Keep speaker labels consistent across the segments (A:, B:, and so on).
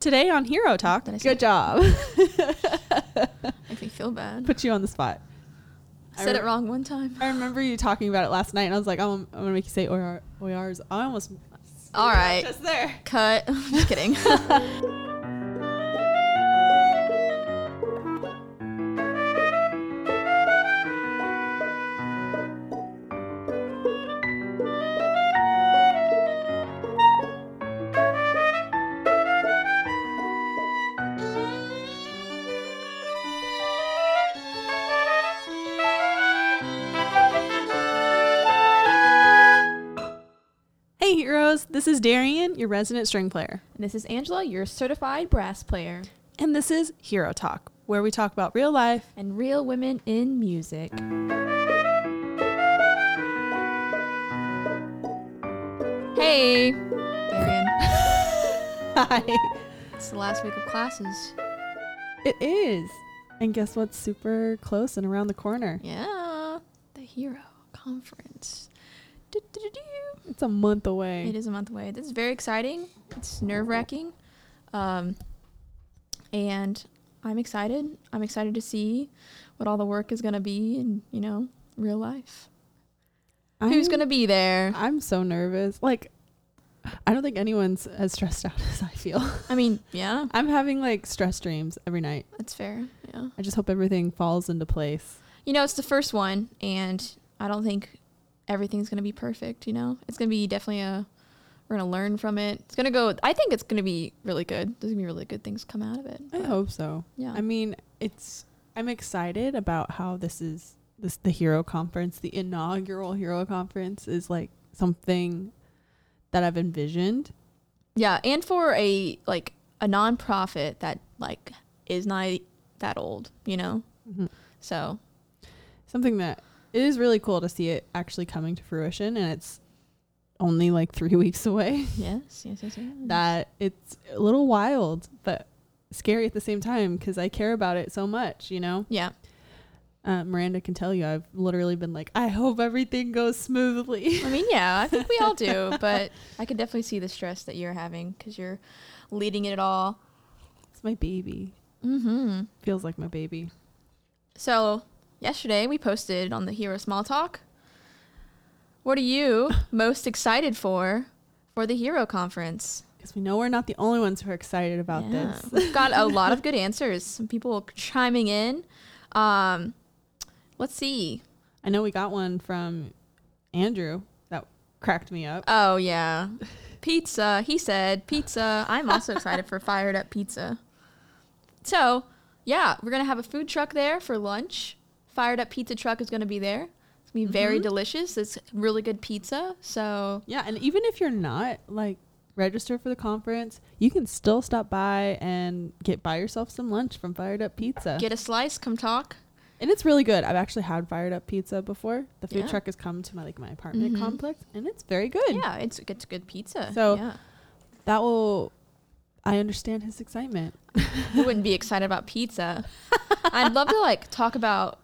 A: today on Hero Talk.
B: Did I say-
A: Good job.
B: Make me feel bad.
A: Put you on the spot.
B: I said
A: I
B: it wrong one time.
A: I remember you talking about it last night, and I was like, oh, I'm, I'm gonna make you say Oyar- Oyars. I almost.
B: All right.
A: Just there.
B: Cut. Just kidding.
A: Hey, heroes. This is Darian, your resident string player,
B: this is Angela, your certified brass player,
A: and this is Hero Talk, where we talk about real life.
B: and real women in music. Hey, Arian.
A: Hi.
B: It's the last week of classes.
A: It is. And guess what's super close and around the corner?
B: Yeah, the Hero Conference. Do-do-do-do.
A: It's a month away.
B: It is a month away. This is very exciting. It's nerve wracking. Um, and I'm excited. I'm excited to see what all the work is going to be in, you know, real life. Who's
A: I'm-
B: going to be there?
A: I'm so nervous. Like, I don't think anyone's as stressed out as I feel.
B: I mean, yeah,
A: I'm having like stress dreams every night.
B: that's fair. Yeah.
A: I just hope everything falls into place.
B: You know, it's the first one, and I don't think everything's going to be perfect, you know? It's going to be definitely a. We're going to learn from it. It's going to go. I think it's going to be really good. There's going to be really good things come out of it.
A: I
B: but,
A: hope so.
B: Yeah.
A: I mean, it's I'm excited about how this is this the hero conference, the inaugural hero conference is like something that I've envisioned.
B: Yeah, and for a like a nonprofit that like is not that old, you know.
A: Mhm.
B: So
A: Something that it is really cool to see it actually coming to fruition and it's only like 3 weeks away.
B: Mm-hmm. yes, yes, yes, yes.
A: that it's a little wild but scary at the same time because I care about it so much, you know.
B: yeah,
A: Uh, Miranda can tell you I've literally been like, I hope everything goes smoothly.
B: I mean, yeah, I think we all do, but I could definitely see the stress that you're having because you're leading it all.
A: it's my baby.
B: Mm-hmm.
A: Feels like my baby.
B: So yesterday we posted on the Hero Small Talk. What are you most excited for for the Hero Conference?
A: Because we know we're not the only ones who are excited about
B: Yeah.
A: this.
B: We've got a lot of good answers. Some people chiming in. Um, let's see.
A: I know we got one from Andrew that cracked me up.
B: Oh yeah, pizza. He said pizza. I'm also excited for fired up pizza. So yeah, we're gonna have a food truck there for lunch. Fired up pizza truck is gonna be there. It's gonna be
A: Mm-hmm.
B: very delicious. It's really good pizza. So
A: Yeah, and even if you're not like registered for the conference, you can still stop by and get buy yourself some lunch from Fired Up Pizza.
B: get a slice. Come talk.
A: and it's really good. I've actually had fired up pizza before. The food
B: Yeah.
A: truck has come to my like my apartment
B: Mhm.
A: complex, and it's very good.
B: Yeah, it's it's good pizza.
A: So-
B: yeah.
A: That will. I understand his excitement.
B: Who wouldn't be excited about pizza? I'd love to like talk about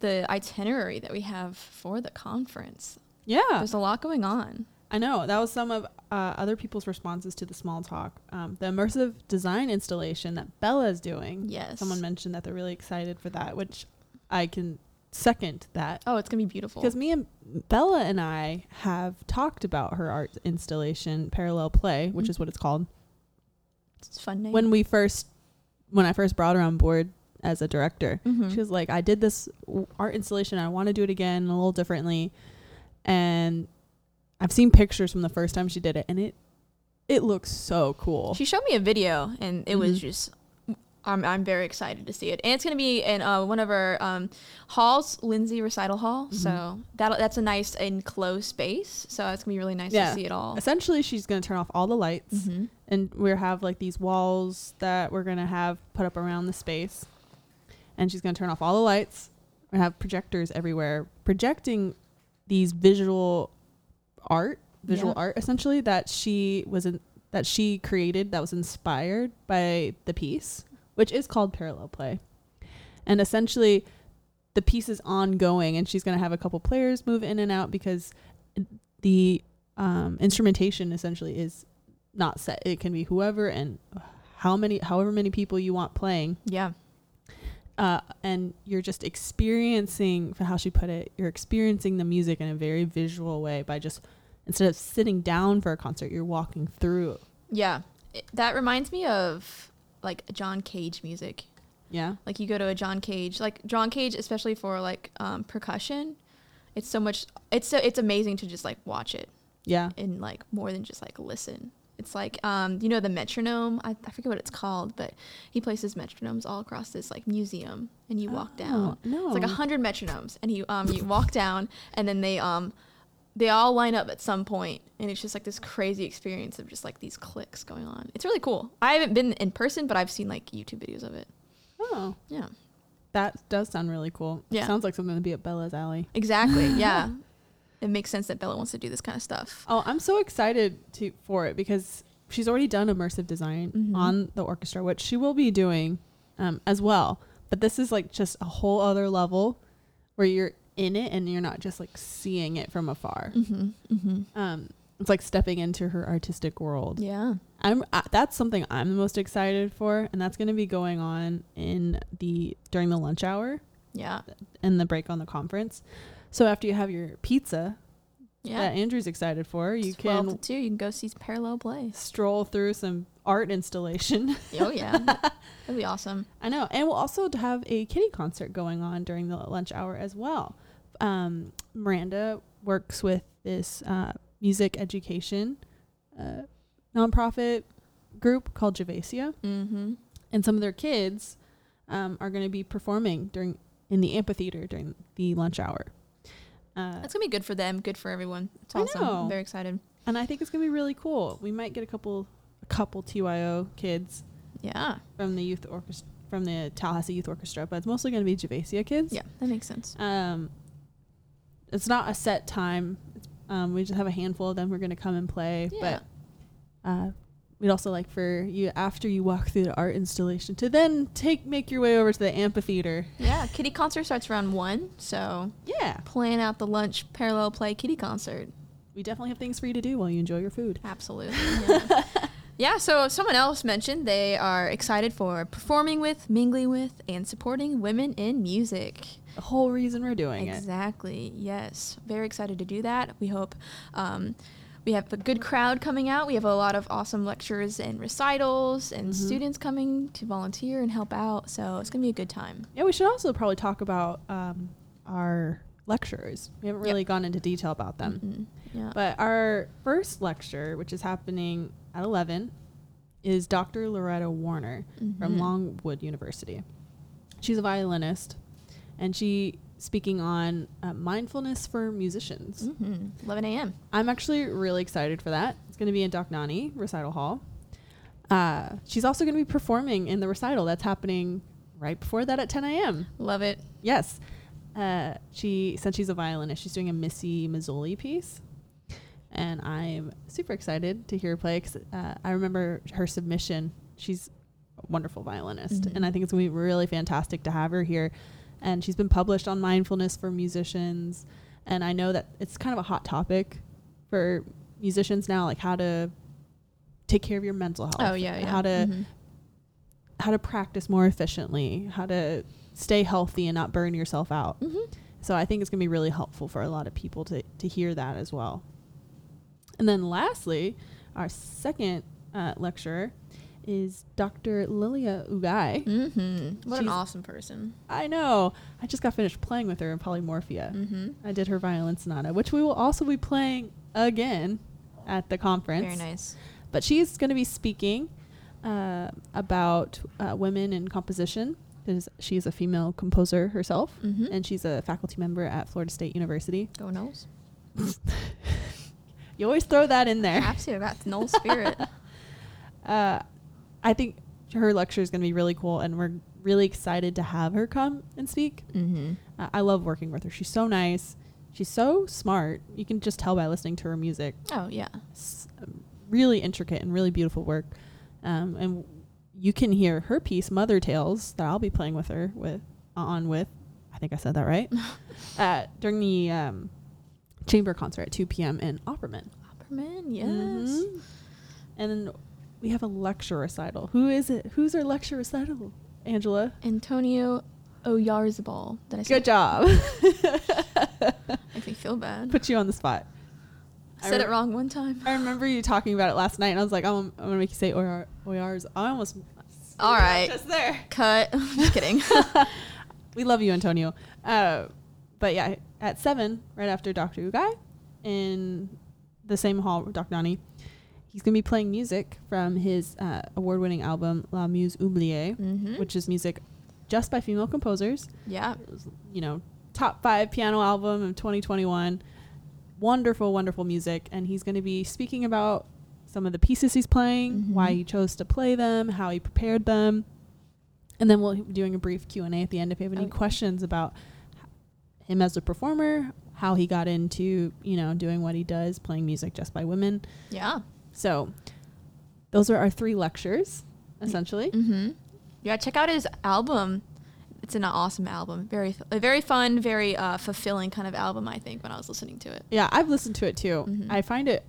B: the itinerary that we have for the conference.
A: Yeah,
B: There's a lot going on.
A: I know. That was some of uh, other people's responses to the small talk. Um, the immersive design installation that Bella is doing.
B: Yes.
A: Someone mentioned that they're really excited for that, which I can second that.
B: Oh, it's gonna be beautiful.
A: Because me and Bella and I have talked about her art installation, Parallel Play,
B: Mm-hmm.
A: which is what it's called.
B: It's a fun name.
A: when we first when I first brought her on board as a director,
B: Mhm.
A: she was like, "I did this w- art installation. I want to do it again, a little differently." And I've seen pictures from the first time she did it, and it it looks so cool.
B: she showed me a video, and it was
A: Mhm.
B: just. I'm, I'm very excited to see it, and it's gonna be in uh, one of our um, halls, Lindsay Recital Hall.
A: Mm-hmm.
B: So that that's a nice enclosed space. So it's gonna be really nice
A: Yeah.
B: to see it all.
A: Essentially, she's gonna turn off all the lights,
B: Mhm.
A: and we will have like these walls that we're gonna have put up around the space, and she's gonna turn off all the lights and have projectors everywhere projecting these visual art, visual
B: Yeah.
A: art essentially that she was in that she created that was inspired by the piece, which is called Parallel Play, and essentially the piece is ongoing, and she's gonna have a couple players move in and out because the um, instrumentation essentially is not set. It can be whoever and how many, however many people you want playing,
B: Yeah.
A: uh, and you're just experiencing for how she put it you're experiencing the music in a very visual way by just instead of sitting down for a concert you're walking through
B: Yeah. It- that reminds me of like John Cage music.
A: yeah
B: Like you go to a John Cage, like John Cage, especially for like um, percussion. It's so much. It's so it's amazing to just like watch it
A: yeah
B: and like more than just like listen. It's like um, you know the metronome. I, I forget what it's called, but he places metronomes all across this like museum, and you walk down.
A: Oh, no
B: It's like a hundred metronomes, and you um you walk down, and then they um they all line up at some point, and it's just like this crazy experience of just like these clicks going on. It's really cool. I haven't been in person, but I've seen like YouTube videos of it.
A: oh
B: Yeah,
A: that does sound really cool
B: Yeah.
A: sounds like something to be at bella's alley
B: exactly. Yeah, it makes sense that Bella wants to do this kind of stuff.
A: oh i'm so excited to for it because she's already done immersive design
B: Mhm.
A: on the orchestra which she will be doing um, as well but this is like just a whole other level where you're in it and you're not just like seeing it from afar
B: Mm-hmm. Mm-hmm.
A: um, it's like stepping into her artistic world.
B: Yeah.
A: I'm uh, that's something I'm the most excited for, and that's going to be going on in the during the lunch hour
B: Yeah.
A: and the break on the conference. So after you have your pizza
B: Yeah.
A: that Andrew's excited for, you
B: Twelve
A: can
B: to two. You can go see parallel play.
A: stroll through some art installation.
B: Oh yeah, that'd be awesome.
A: I know, and we'll also have a kitty concert going on during the lunch hour as well. Um, Miranda works with this uh, music education uh, nonprofit group called Javasia,
B: Mm-hmm.
A: and some of their kids um, are going to be performing during in the amphitheater during the lunch hour. Uh,
B: That's gonna be good for them. Good for everyone. It's
A: I
B: awesome.
A: know.
B: I'm very excited.
A: and I think it's going to be really cool. We might get a couple a couple TYO kids
B: Yeah.
A: from the youth orchestra from the Tallahassee Youth Orchestra, but it's mostly going to be Javasia kids.
B: Yeah, that makes sense.
A: Um, it's not a set time. It's- Um, we just have a handful of them who are going to come and play.
B: Yeah.
A: But uh, we'd also like for you after you walk through the art installation to then take make your way over to the amphitheater.
B: Yeah, kitty concert starts around one, so
A: Yeah,
B: plan out the lunch parallel play kitty concert.
A: we definitely have things for you to do while you enjoy your food.
B: Absolutely. Yeah. yeah, so someone else mentioned they are excited for performing with, mingling with, and supporting women in music.
A: The whole reason we're doing it.
B: Exactly. Yes. Very excited to do that. We hope um, we have a good crowd coming out. We have a lot of awesome lectures and recitals and
A: Mm-hmm.
B: students coming to volunteer and help out. So it's going to be a good time.
A: Yeah, we should also probably talk about um, our lecturers. We haven't
B: Yep.
A: really gone into detail about them.
B: Mm, Yeah.
A: But our first lecture, which is happening at 11, is Dr. Loretta Warner from
B: Mhm.
A: Longwood University. She's a violinist, and she speaking on uh, mindfulness for musicians.
B: hmm 11 a.m.
A: I'm actually really excited for that. It's going to be in Docnani Recital Hall. Uh, she's also going to be performing in the recital that's happening right before that at 10 a.m.
B: Love it.
A: Yes. Uh, she since she's a violinist, she's doing a Missy Mazzoli piece, and I'm super excited to hear her play. 'cause, uh, I remember her submission. She's a wonderful violinist,
B: Mhm.
A: and I think it's gonna be really fantastic to have her here. And she's been published on Mindfulness for Musicians, and I know that it's kind of a hot topic for musicians now, like how to take care of your mental health.
B: Oh, yeah. yeah.
A: How to
B: Mhm.
A: how to practice more efficiently, how to stay healthy and not burn yourself out.
B: Mhm.
A: So I think it's going to be really helpful for a lot of people to, to hear that as well. And then lastly, our second uh, lecturer is Dr. Lilia Ugai.
B: Mm-hmm. What an
A: She's-
B: awesome person.
A: I know. I just got finished playing with her in Polymorphia.
B: Mm-hmm.
A: I did her violin sonata, which we will also be playing again at the conference.
B: Very nice.
A: But she's going to be speaking uh, about uh, women in composition because she's a female composer herself,
B: Mm-hmm.
A: and she's a faculty member at Florida State University.
B: Go Knowles.
A: You always throw that in there.
B: Have to. That's Knowles spirit.
A: Uh, I think her lecture is going to be really cool, and we're really excited to have her come and speak.
B: mm-hmm.
A: Uh, I love working with her. She's so nice. She's so smart. You can just tell by listening to her music.
B: Oh yeah.
A: s- um, really intricate and really beautiful work. Um, and you can hear her piece, Mother Tales, that I'll be playing with her with on with. I think I said that right. uh, during the um, chamber concert at 2 p.m. in Opperman. Mm-hmm.
B: Opperman. Yes.
A: Mhm. And we have a lecture recital. Who is it? Who's our lecture recital? Angela.
B: Antonio Oyarzabal. Did I say
A: Good job.
B: Makes me feel bad.
A: Put you on the spot.
B: I said it wrong one time.
A: I remember you talking about it last night, and I was like, I'm, I'm gonna make you say Oyar, Oyars. I almost.
B: All right.
A: Just there.
B: Cut. Just kidding.
A: We love you, Antonio. Uh, but yeah, at seven, right after Doctor Ugai, in the same hall, with Doctor Nani, he's gonna be playing music from his uh, award-winning album La Muse Oubliée,
B: mm-hmm.
A: which is music just by female composers.
B: yeah.
A: It was, you know, top five piano album of 2021. Wonderful, wonderful music. And he's going to be speaking about some of the pieces he's playing,
B: Mhm.
A: why he chose to play them, how he prepared them. And then we'll be doing a brief Q&A at the end if you have any
B: Okay.
A: questions about h- him as a performer, how he got into, you know, doing what he does, playing music just by women.
B: Yeah.
A: So those are our three lectures, essentially.
B: Mm-hmm. Yeah. Check out his album. It's an awesome album. Very, a very fun, very uh, fulfilling kind of album. I think when I was listening to it.
A: Yeah, I've listened to it too.
B: Mhm.
A: I find it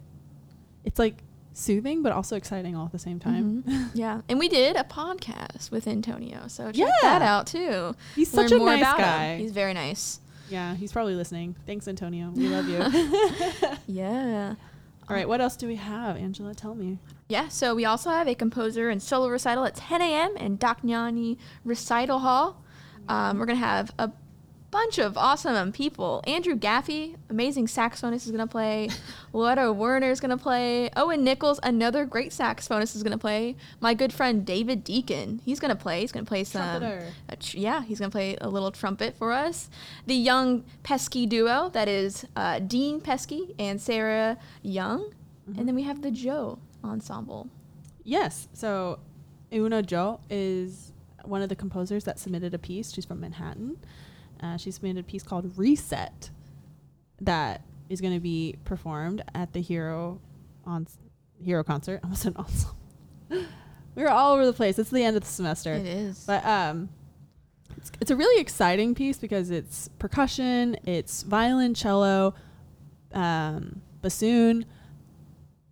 A: it's like soothing but also exciting all at the same time.
B: Mhm. yeah, and we did a podcast with Antonio, so check
A: Yeah.
B: that out too.
A: He's
B: Learn
A: such a
B: more
A: nice
B: about
A: guy.
B: him. He's very nice.
A: yeah, he's probably listening. Thanks Antonio. We love you. all
B: Yeah.
A: right, what else do we have? Angela, tell me.
B: Yeah, so we also have a composer and solo recital at 10 a.m. in Doc Gnani Recital Hall. Um, we're going to have a bunch of awesome people. Andrew Gaffey, amazing saxophonist, is going to play. Loretta Werner is going to play. Owen Nichols, another great saxophonist, is going to play. My good friend David Deacon, he's going to play. He's going to play some.
A: Trumpeter.
B: a tr- yeah, he's going to play a little trumpet for us. The young Pesky duo, that is uh, Dean Pesky and Sarah Young. And then we have the Joe ensemble.
A: Yes. So Una Jo is one of the composers that submitted a piece. She's from Manhattan. Uh, she submitted a piece called Reset that is going to be performed at the Hero on Hero concert. I was an ensemble. we were all over the place. It's the end of the semester.
B: It is.
A: But um, it's, it's a really exciting piece because it's percussion, it's violoncello, um, bassoon,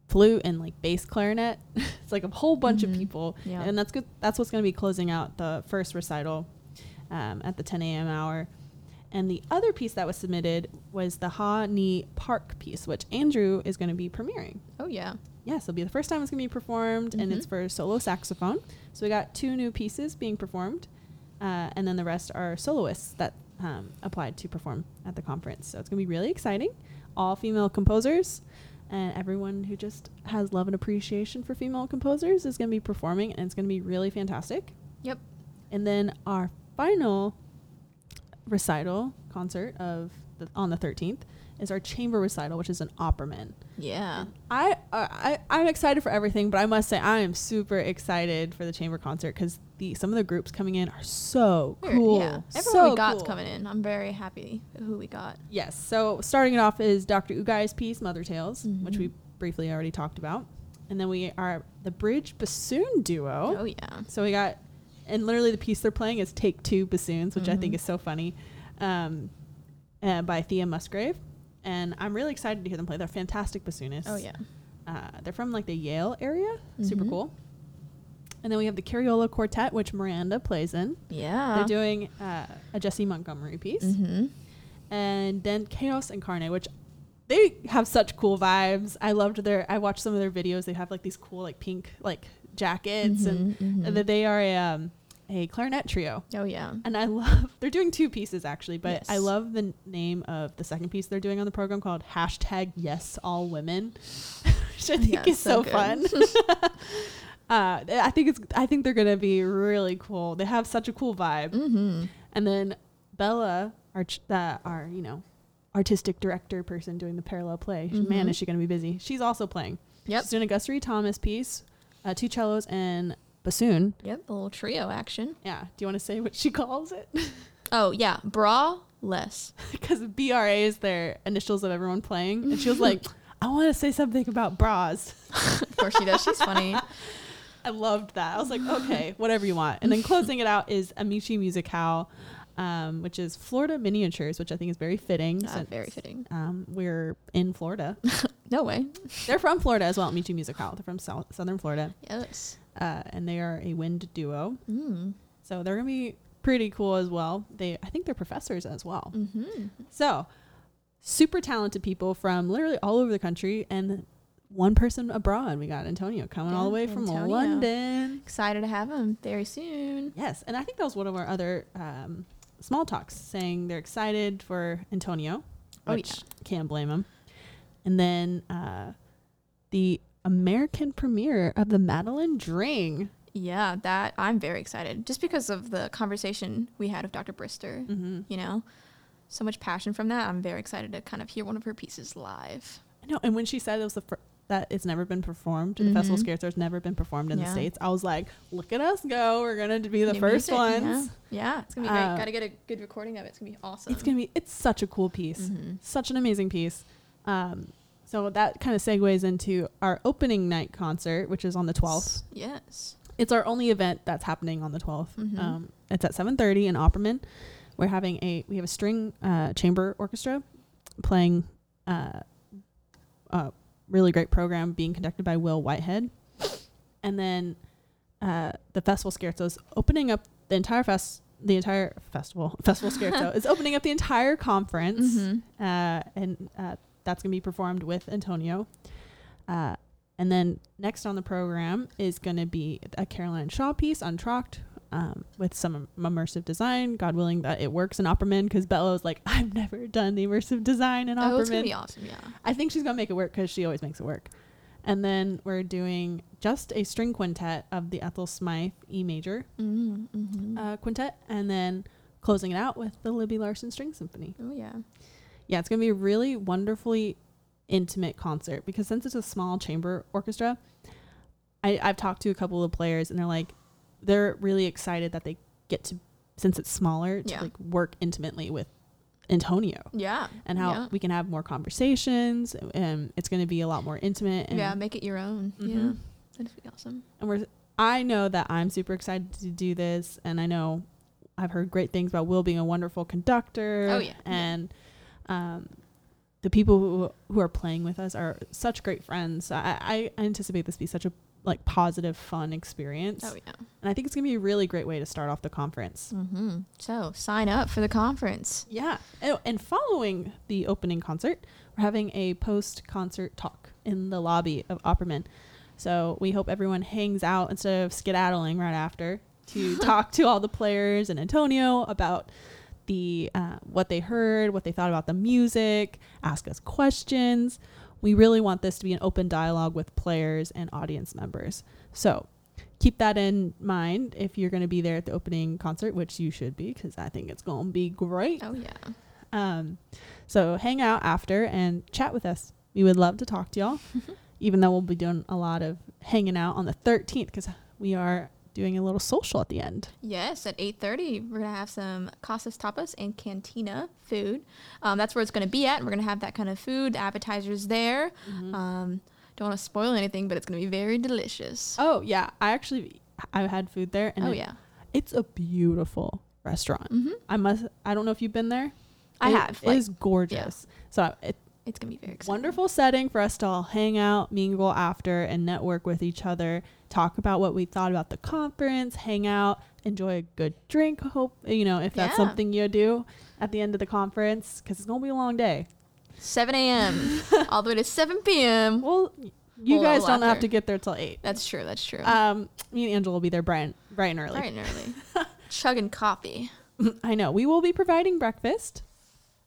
A: flute, and like bass clarinet. it's like a whole bunch
B: Mhm.
A: of people,
B: Yeah.
A: and that's good. That's what's going to be closing out the first recital um, at the 10 a.m. hour. And the other piece that was submitted was the Ha Ni Park piece, which Andrew is going to be premiering.
B: oh yeah.
A: Yes, it'll be the first time it's going to be performed, and it's for solo saxophone. So we got two new pieces being performed, uh, and then the rest are soloists that um, applied to perform at the conference. So it's going to be really exciting. All female composers, and everyone who just has love and appreciation for female composers is going to be performing, and it's going to be really fantastic.
B: Yep.
A: And then our final recital concert of the, on the 13th is our chamber recital, which is an opperman.
B: Yeah.
A: I, I I'm excited for everything, but I must say I am super excited for the chamber concert because the some of the groups coming in are so
B: We're-
A: cool.
B: Yeah. Everyone
A: so
B: we got's
A: cool.
B: coming in. I'm very happy who we got.
A: Yes. So starting it off is Dr. Ugai's piece Mother Tales, which
B: Mhm.
A: we briefly already talked about, and then we are the Bridge Bassoon Duo.
B: Oh, yeah.
A: So we got, and literally the piece they're playing is Take Two Bassoons, which I think
B: Mhm.
A: is so funny, um, uh, by Thea Musgrave, and I'm really excited to hear them play. They're fantastic bassoonists.
B: Oh yeah.
A: Uh, they're from like the Yale area. Super
B: Mhm.
A: cool. And then we have the Cariola Quartet, which Miranda plays in.
B: Yeah.
A: They're doing uh, a Jesse Montgomery piece.
B: Mm-hmm.
A: And then Chaos Incarnate, which they have such cool vibes. I loved their, I watched some of their videos. They have like these cool, like pink, like jackets. And,
B: Mhm,
A: and
B: mhm.
A: that they are a, um, a clarinet trio.
B: Oh yeah.
A: And I love, they're doing two pieces actually, but I
B: Yes.
A: love the n- name of the second piece they're doing on the program called hashtag yes all women, which I think
B: Yeah,
A: is so,
B: so good.
A: fun. uh, I think it's, I think they're going to be really cool. They have such a cool vibe.
B: Mm-hmm.
A: And then Bella, our, ch- uh, our, you know, artistic director person doing the parallel play, man,
B: Mhm.
A: is she going to be busy. She's also playing.
B: Yep.
A: She's doing a Gus Reed Thomas piece, uh, two cellos and bassoon.
B: Yep. A little trio action.
A: Yeah. Do you want to say what she calls it?
B: Oh yeah. Bra less.
A: because BRA is their initials of everyone playing. And she was like, I want to say something about bras.
B: of course she does. She's funny.
A: I loved that. I was like, okay, whatever you want. And then closing it out is Amici Musicale, um, which is Florida miniatures, which I think is Ah, very fitting.
B: Uh,
A: since,
B: very fitting.
A: Um, we're in Florida.
B: No way.
A: They're from Florida as well. Me Too Music Hall. They're from South, Southern Florida,
B: Yes.
A: uh, and they are a wind duo.
B: Mm.
A: So they're gonna be pretty cool as well. They, I think, they're professors as well.
B: Mm-hmm.
A: So super talented people from literally all over the country, and one person abroad. We got Antonio coming all the way from
B: Antonio.
A: London.
B: Excited to have them very soon.
A: Yes, and I think that was one of our other um, small talks saying they're excited for Antonio,
B: Oh,
A: which can't blame him. And then uh, the American premiere of the Madeline Dring.
B: Yeah, that I'm very excited just because of the conversation we had with Dr. Brister.
A: Mm-hmm.
B: You know, so much passion from that. I'm very excited to kind of hear one of her pieces live.
A: I know, and when she said it was the fir- that it's never been performed, the Festival
B: Mhm.
A: Scarcer has never been performed in the
B: Yeah.
A: states. I was like, look at us go! We're gonna be the
B: New
A: first
B: music,
A: ones.
B: Yeah. yeah, it's gonna be great.
A: Uh,
B: Gotta get a good recording of it. It's gonna be awesome.
A: It's gonna be it's such a cool piece.
B: Mhm.
A: such an amazing piece. Um, so that kind of segues into our opening night concert, which is on the 12th.
B: Yes.
A: It's our only event that's happening on the 12th.
B: Mhm.
A: Um, it's at 7:30 in Opperman. We're having a we have a string uh, chamber orchestra playing uh, a really great program being conducted by Will Whitehead, and then uh, the festival scherzo is opening up the entire fest the entire festival festival scherzo is opening up the entire conference
B: Mhm.
A: uh, and uh, that's going to be performed with Antonio. Uh, and then next on the program is going to be a Caroline Shaw piece, Untrocked, um, with some immersive design. God willing that it works in Opperman, because Bella was like, I've never done the immersive design in
B: Oh, it's gonna
A: Opperman.
B: be awesome. Yeah.
A: I think she's going to make it work because she always makes it work. And then we're doing just a string quintet of the Ethel Smythe E major
B: Mm, hmm
A: uh, quintet, and then closing it out with the Libby Larson String Symphony.
B: oh yeah.
A: Yeah, it's going to be a really wonderfully intimate concert because since it's a small chamber orchestra, I, I've talked to a couple of players and they're like, they're really excited that they get to, since it's smaller, to
B: Yeah.
A: like work intimately with Antonio
B: Yeah.
A: and how
B: Yeah.
A: we can have more conversations. And it's going to be a lot more intimate. And,
B: yeah, make it your own. Yeah.
A: Mhm.
B: That'd be awesome.
A: and we're, I know that I'm super excited to do this. And I know I've heard great things about Will being a wonderful conductor.
B: Oh, yeah. Yeah.
A: And, um, the people who, who are playing with us are such great friends. I, I anticipate this be such a like positive, fun experience,
B: Oh yeah.
A: and I think it's gonna be a really great way to start off the conference.
B: Mm-hmm. So sign up for the conference.
A: Yeah, oh, and following the opening concert, we're having a post-concert talk in the lobby of Opperman. So we hope everyone hangs out instead of skedaddling right after to talk to all the players and Antonio about the uh, what they heard, what they thought about the music, ask us questions. We really want this to be an open dialogue with players and audience members. So keep that in mind if you're going to be there at the opening concert, which you should be because I think it's going to be great.
B: Oh yeah.
A: Um, so hang out after and chat with us. We would love to talk to y'all, even though we'll be doing a lot of hanging out on the 13th because we are doing a little social at the end.
B: Yes, at 8.30, we're going to have some Casas Tapas and Cantina food. Um, that's where it's going to be at. We're going to have that kind of food, appetizers there.
A: Uh,
B: Um, don't want to spoil anything, but it's going to be very delicious.
A: Oh yeah, I actually I had food there, and
B: oh,
A: it-
B: yeah.
A: it's a beautiful restaurant.
B: Mhm.
A: I must. I don't know if you've been there.
B: I
A: It
B: have, like-
A: is gorgeous. So it's
B: It's going to be very exciting.
A: wonderful setting for us to all hang out, mingle after, and network with each other. Talk about what we thought about the conference. Hang out, enjoy a good drink. Hope you know if that's
B: Yeah.
A: something you do at the end of the conference because it's gonna be a long day.
B: 7 a.m. all the way to 7 p.m.
A: Well, you
B: Well,
A: guys
B: well,
A: don't have
B: after.
A: to get there till eight.
B: That's true. That's true.
A: Um, me and Angela will be there bright, bright and early.
B: Bright and early. Chugging coffee.
A: I know. We will be providing breakfast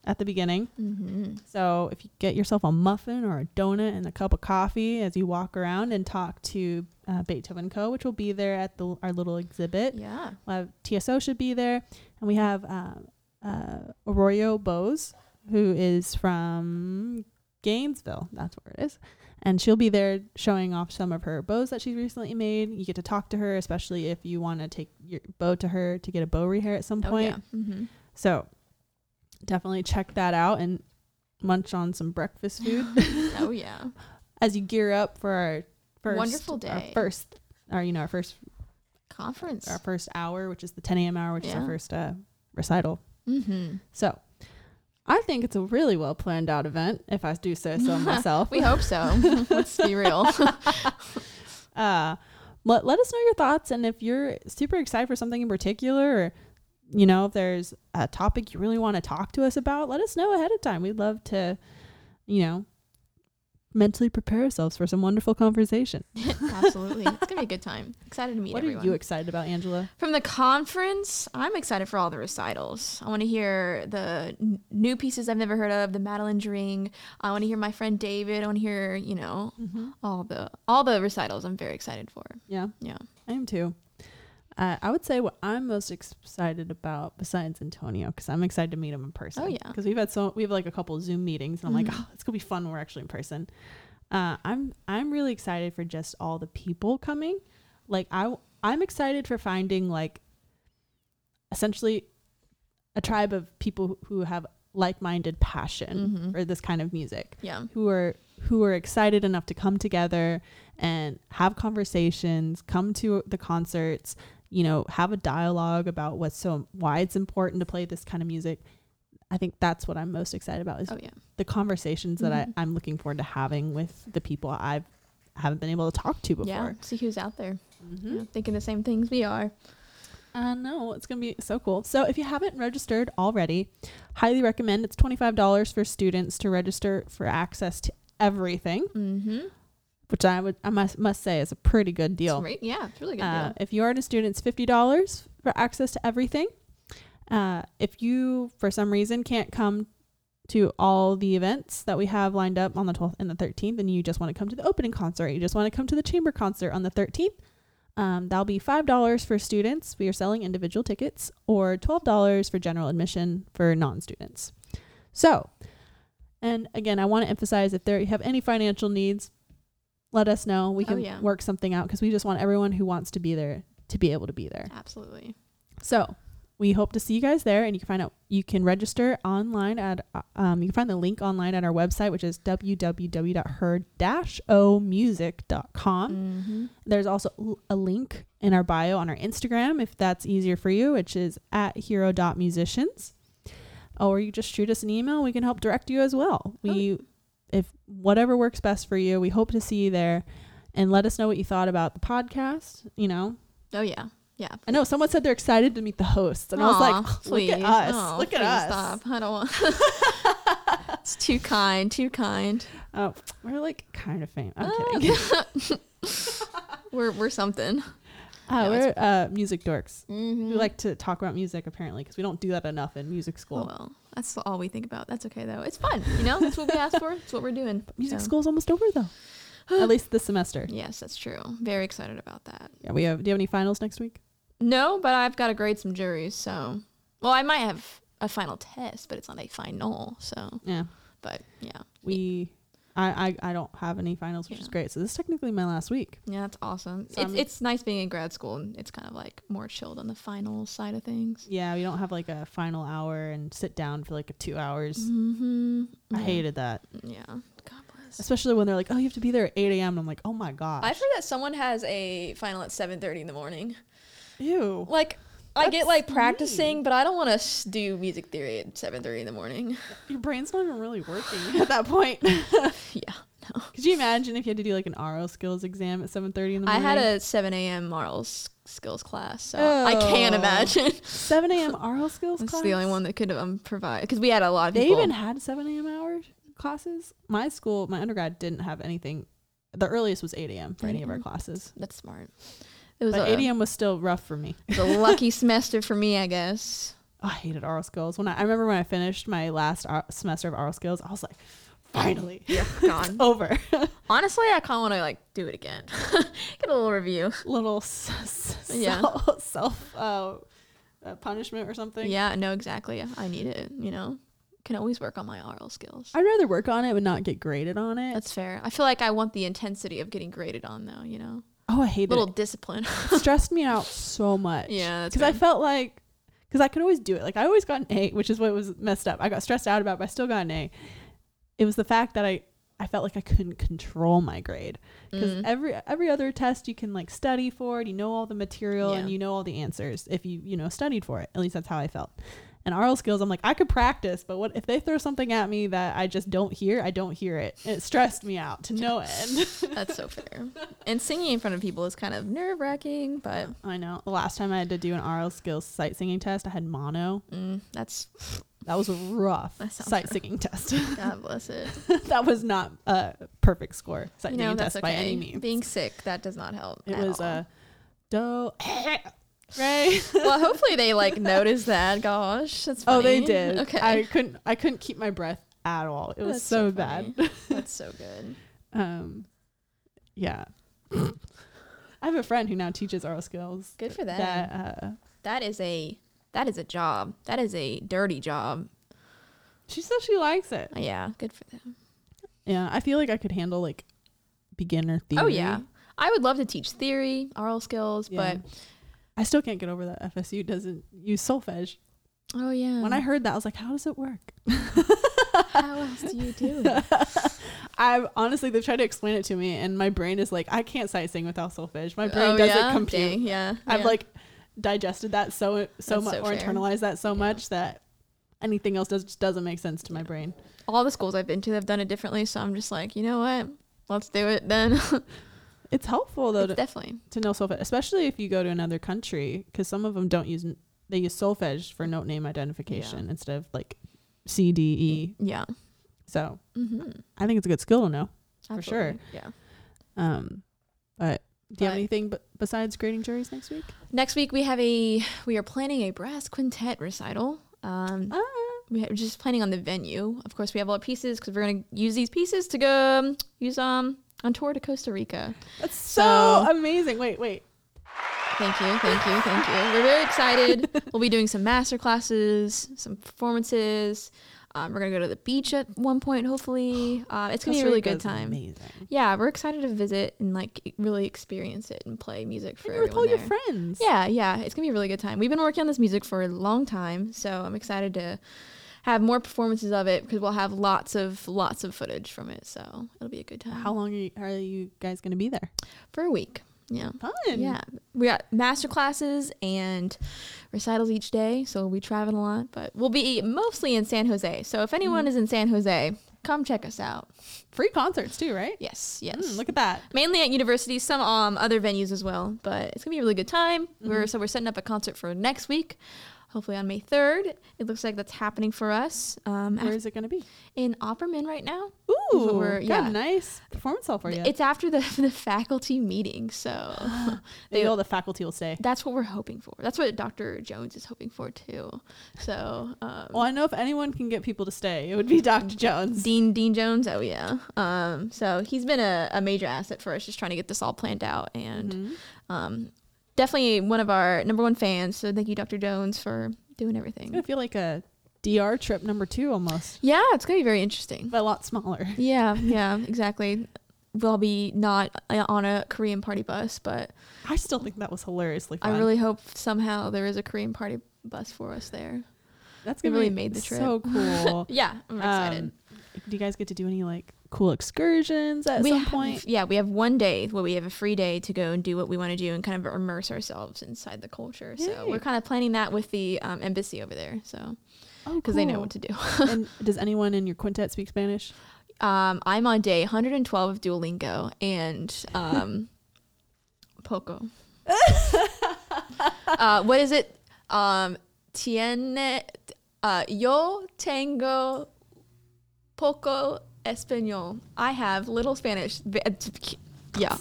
A: at the beginning.
B: Mm-hmm.
A: So if you get yourself a muffin or a donut and a cup of coffee as you walk around and talk to uh, Beethoven Co., which will be there at the, our little exhibit.
B: Yeah.
A: We'll have TSO should be there. And we have um, uh, Arroyo Bose, who is from Gainesville. That's where it is. And she'll be there showing off some of her bows that she's recently made. You get to talk to her, especially if you want to take your bow to her to get a bow rehair at some
B: Oh,
A: point.
B: yeah. Mm-hmm.
A: So definitely check that out and munch on some breakfast food
B: Oh, yeah.
A: as you gear up for our first
B: Wonderful
A: Our
B: day.
A: first our you know our first
B: Conference.
A: our first hour, which is the 10 a.m. hour, which is
B: Yeah.
A: our first uh, recital.
B: Mm-hmm.
A: So I think it's a really well planned out event, if I do say so myself.
B: We hope so. Let's be real.
A: uh, let, let us know your thoughts and if you're super excited for something in particular or you know if there's a topic you really want to talk to us about let us know ahead of time we'd love to you know mentally prepare ourselves for some wonderful conversation
B: Absolutely. It's going to be a good time. Excited to meet
A: what
B: everyone.
A: are you excited about angela
B: From the conference, I'm excited for all the recitals. I want to hear the n- new pieces I've never heard of, the Madeline Dring. I want to hear my friend David. I want to hear, you know, all the all the recitals. I'm very excited for.
A: yeah
B: Yeah.
A: i am too uh, i would say what i'm most excited about besides antonio because i'm excited to meet him in person
B: Oh, yeah.
A: because we've had so we have like a couple zoom meetings and i'm like
B: Mhm.
A: oh it's gonna be fun when we're actually in person uh, i'm i'm really excited for just all the people coming like i w- i'm excited for finding like essentially a tribe of people who have like-minded passion
B: Mhm.
A: for this kind of music
B: Yeah.
A: who are who are excited enough to come together and have conversations, come to the concerts, you know, have a dialogue about what's so why it's important to play this kind of music. I think that's what I'm most excited about is
B: Oh yeah.
A: the conversations that
B: Mhm.
A: I, I'm looking forward to having with the people I've haven't been able to talk to before.
B: Yeah. See who's out there.
A: Mm-hmm.
B: Yeah, thinking the same things we are.
A: I know it's gonna be so cool. So if you haven't registered already, highly recommend. It's twenty five dollars for students to register for access to everything.
B: Mm-hmm.
A: which I would I must must say is a pretty good
B: It's
A: deal.
B: great. Yeah. It's a really good
A: Uh,
B: deal.
A: if you are a student, it's fifty dollars for access to everything. Uh, if you for some reason can't come to all the events that we have lined up on the 12th and the 13th, and you just want to come to the opening concert, you just want to come to the chamber concert on the 13th, um, that'll be five dollars for students. We are selling individual tickets, or twelve dollars for general admission for non-students. So, and again, I want to emphasize if there you have any financial needs, let us know. We
B: Oh,
A: can
B: yeah.
A: work something out because we just want everyone who wants to be there to be able to be there.
B: Absolutely.
A: So we hope to see you guys there, and you can find out you can register online at uh, um, you can find the link online at our website, which is www.her-omusic.com.
B: Mm-hmm.
A: There's also l- a link in our bio on our Instagram if that's easier for you, which is at hero.musicians. Oh, Or you just shoot us an email. We can help direct you as well. We, if whatever works best for you, we hope to see you there and let us know what you thought about the podcast. You know,
B: Oh yeah. Yeah.
A: I know someone said they're excited to meet the hosts, and I was
B: Aw,
A: like, "Oh, look at
B: please.
A: us.
B: Oh,
A: look at
B: please
A: us.
B: Stop. I don't want. it's too kind. Too kind.
A: Oh, we're like kind of famous. I'm
B: Ah.
A: kidding.
B: We're we're something.
A: Uh,
B: No,
A: we're uh, music dorks.
B: Mm-hmm.
A: We like to talk about music apparently because we don't do that enough in music school.
B: Oh, well, that's all we think about. That's okay though. It's fun, you know. That's what we asked for. It's what we're doing.
A: Music
B: So,
A: school's almost over though. At least this semester.
B: Yes, that's true. Very excited about that.
A: Yeah, we have. Do you have any finals next week?
B: No, but I've got to grade some juries. So, well, I might have a final test, but it's not a final. So,
A: Yeah,
B: but yeah,
A: we. I I, I don't have any finals, which is
B: Yeah.
A: great. So this is technically my last week.
B: yeah, that's awesome.
A: So
B: it's
A: I'm-
B: it's nice being in grad school, and it's kind of like more chilled on the final side of things.
A: Yeah, we don't have like a final hour and sit down for like two hours.
B: Mm-hmm.
A: I hated that,
B: Yeah. God bless.
A: especially when they're like, "Oh, you have to be there at eight a.m." And I'm like, "Oh my god."
B: I've heard that someone has a final at seven thirty in the morning.
A: Ew.
B: Like I get
A: That's
B: like practicing, but I don't want to do music theory at seven thirty in the morning.
A: Your brain's not even really working at that point.
B: yeah,
A: Could you imagine if you had to do like an RO skills exam at seven thirty in the
B: I
A: morning?
B: had a seven a.m. morals skills class, so I can't
A: Oh.
B: imagine.
A: seven a.m. RO skills
B: That's
A: class.
B: the only one that could um, provide because we had a lot of
A: They
B: people.
A: even had 7 a.m. hour classes. My school, my undergrad didn't have anything. The earliest was 8 a.m. for any of our
B: 8
A: classes.
B: That's smart. Mm-hmm. It was,
A: But
B: a,
A: 8 a.m. was still rough for me.
B: it was a lucky semester for me, I guess.
A: Oh, I hated oral skills. When I, I remember when I finished my last ar- semester of oral skills, I was like, finally,
B: Yeah, God.
A: over.
B: Honestly, I kind of want to like do it again. Get a little review.
A: Little s- s-
B: Yeah.
A: self, self uh, uh, punishment or something.
B: Yeah, no, exactly. I need it. You know, can always work on my oral skills.
A: I'd rather work on it but not get graded on it.
B: That's fair. I feel like I want the intensity of getting graded on, though. You know,
A: oh, I hated
B: little
A: it.
B: discipline.
A: It stressed me out so much.
B: yeah, that's
A: because I
B: fair.
A: felt like because I could always do it. Like I always got an A, which is what was messed up. I got stressed out about, it, but I still got an A. It was the fact that I I felt like I couldn't control my grade because
B: Mm.
A: every every other test you can like study for it. You know all the material
B: Yeah.
A: and you know all the answers if you you know studied for it. At least that's how I felt. and oral skills i'm like i could practice but what if they throw something at me that i just don't hear i don't hear it it stressed me out to no end
B: That's so fair. And singing in front of people is kind of nerve wracking, but
A: i know the last time i had to do an oral skills sight singing test i had mono
B: mm, that's
A: that was a rough
B: That sounds
A: sight
B: rough.
A: singing test
B: God bless it.
A: that was not a perfect score sight
B: You
A: singing
B: know,
A: test
B: that's okay.
A: by any means
B: Being sick that does not help.
A: it
B: at
A: was uh, a
B: all.
A: do right
B: well, hopefully they like noticed that. Gosh, that's funny.
A: Oh, they did.
B: Okay,
A: I couldn't. I couldn't keep my breath at all. It was
B: That's
A: so,
B: so
A: bad.
B: funny. that's so good.
A: Um, yeah. I have a friend who now teaches oral skills.
B: Good for them.
A: That uh,
B: That is a that is a job. That is a dirty job.
A: she says she likes it.
B: Yeah, good for them.
A: Yeah, I feel like I could handle like beginner theory.
B: Oh yeah, I would love to teach theory, oral skills,
A: Yeah. I still can't get over that FSU doesn't use solfege.
B: but oh yeah.
A: When I heard that, I was like, "How does it work?"
B: how else do you do it?
A: I honestly, they've tried to explain it to me, and my brain is like, "I can't sight sing without solfege." My brain
B: oh,
A: doesn't
B: yeah?
A: compute.
B: Dang, yeah,
A: I've
B: yeah.
A: like digested that so so
B: That's
A: much
B: so
A: or
B: fair.
A: internalized that so
B: Yeah.
A: much that anything else does just doesn't make sense to my brain.
B: all the schools I've been to have done it differently, so I'm just like, you know what? Let's do it then.
A: It's helpful though
B: It's
A: to,
B: definitely.
A: to know solfege, especially if you go to another country, because some of them don't use n- they use solfege for note name identification instead of like C D E.
B: Yeah.
A: So
B: Mm-hmm.
A: I think it's a good skill to know. For sure.
B: Yeah.
A: Um, but do you have
B: But-
A: anything b- besides grading juries next week?
B: Next week we have a we are planning a brass quintet recital. Um,
A: Ah,
B: we ha- we're just planning on the venue. Of course, we have all the pieces because we're gonna use these pieces to go um, use um on tour to Costa Rica.
A: that's so,
B: So-
A: amazing. Wait, wait.
B: Thank you, thank you, thank you. We're very excited. we'll be doing some master classes, some performances. Um, we're gonna go to the beach at one point, hopefully. Uh, it's gonna be
A: Costa
B: a really
A: Rica
B: good
A: is
B: time.
A: Amazing.
B: Yeah, we're excited to visit and like e, really experience it and play music for
A: And you're with all
B: everyone
A: your
B: there.
A: friends.
B: Yeah, yeah, it's gonna be a really good time. We've been working on this music for a long time, so I'm excited to have more performances of it because we'll have lots of lots of footage from it. So it'll be a good time.
A: How long are you, are you guys going to be there?
B: for a week? Yeah,
A: Fun.
B: yeah. We got master classes and recitals each day, so we travel a lot. But we'll be mostly in San Jose. So if anyone
A: Mm.
B: is in San Jose, come check us out.
A: Free concerts too, right?
B: Yes, yes.
A: Mm, look at that.
B: mainly at universities, some um, other venues as well. But it's gonna be a really good time.
A: Mm-hmm.
B: We're so we're setting up a concert for next week, hopefully on May third. It looks like that's happening for us um,
A: Where
B: af-
A: is it going to be?
B: in Opperman right now.
A: Ooh,
B: we're-
A: got
B: yeah.
A: a nice performance hall for you.
B: It's after the the faculty meeting, so
A: Maybe all the faculty will stay.
B: that's what we're hoping for. That's what Dr. Jones is hoping for too. So um,
A: Well, I know if anyone can get people to stay, it would be Dr. Jones.
B: Dean Dean Jones, oh yeah. Um, so he's been a, a major asset for us, just trying to get this all planned out,
A: Mm-hmm.
B: and um, definitely one of our number one fans. So thank you, Dr. Jones, for doing
A: It's going
B: everything.
A: to feel like a DR trip number two almost,
B: Yeah, it's gonna be very interesting.
A: but a lot smaller.
B: Yeah, yeah, exactly. We'll be not uh, on a Korean party bus, but
A: I still think that was hilariously fun.
B: I really hope somehow there is a Korean party bus for us there.
A: That's
B: it
A: gonna
B: really
A: be
B: made the trip.
A: So cool.
B: Yeah, I'm excited.
A: Um, do you guys get to do any like cool excursions at
B: we
A: some
B: have,
A: point?
B: Yeah, we have one day where we have a free day to go and do what we want to do and kind of immerse ourselves inside the culture. So
A: Yay.
B: we're kind of planning that with the um, embassy over there. So
A: Oh,
B: because they know what to do.
A: do. and does anyone in your quintet speak Spanish?
B: Um, I'm on day 112 of Duolingo and um, Poco. uh, what is it? Um, tiene, uh, yo tengo poco español. I have little Spanish. V- uh, t- Yeah.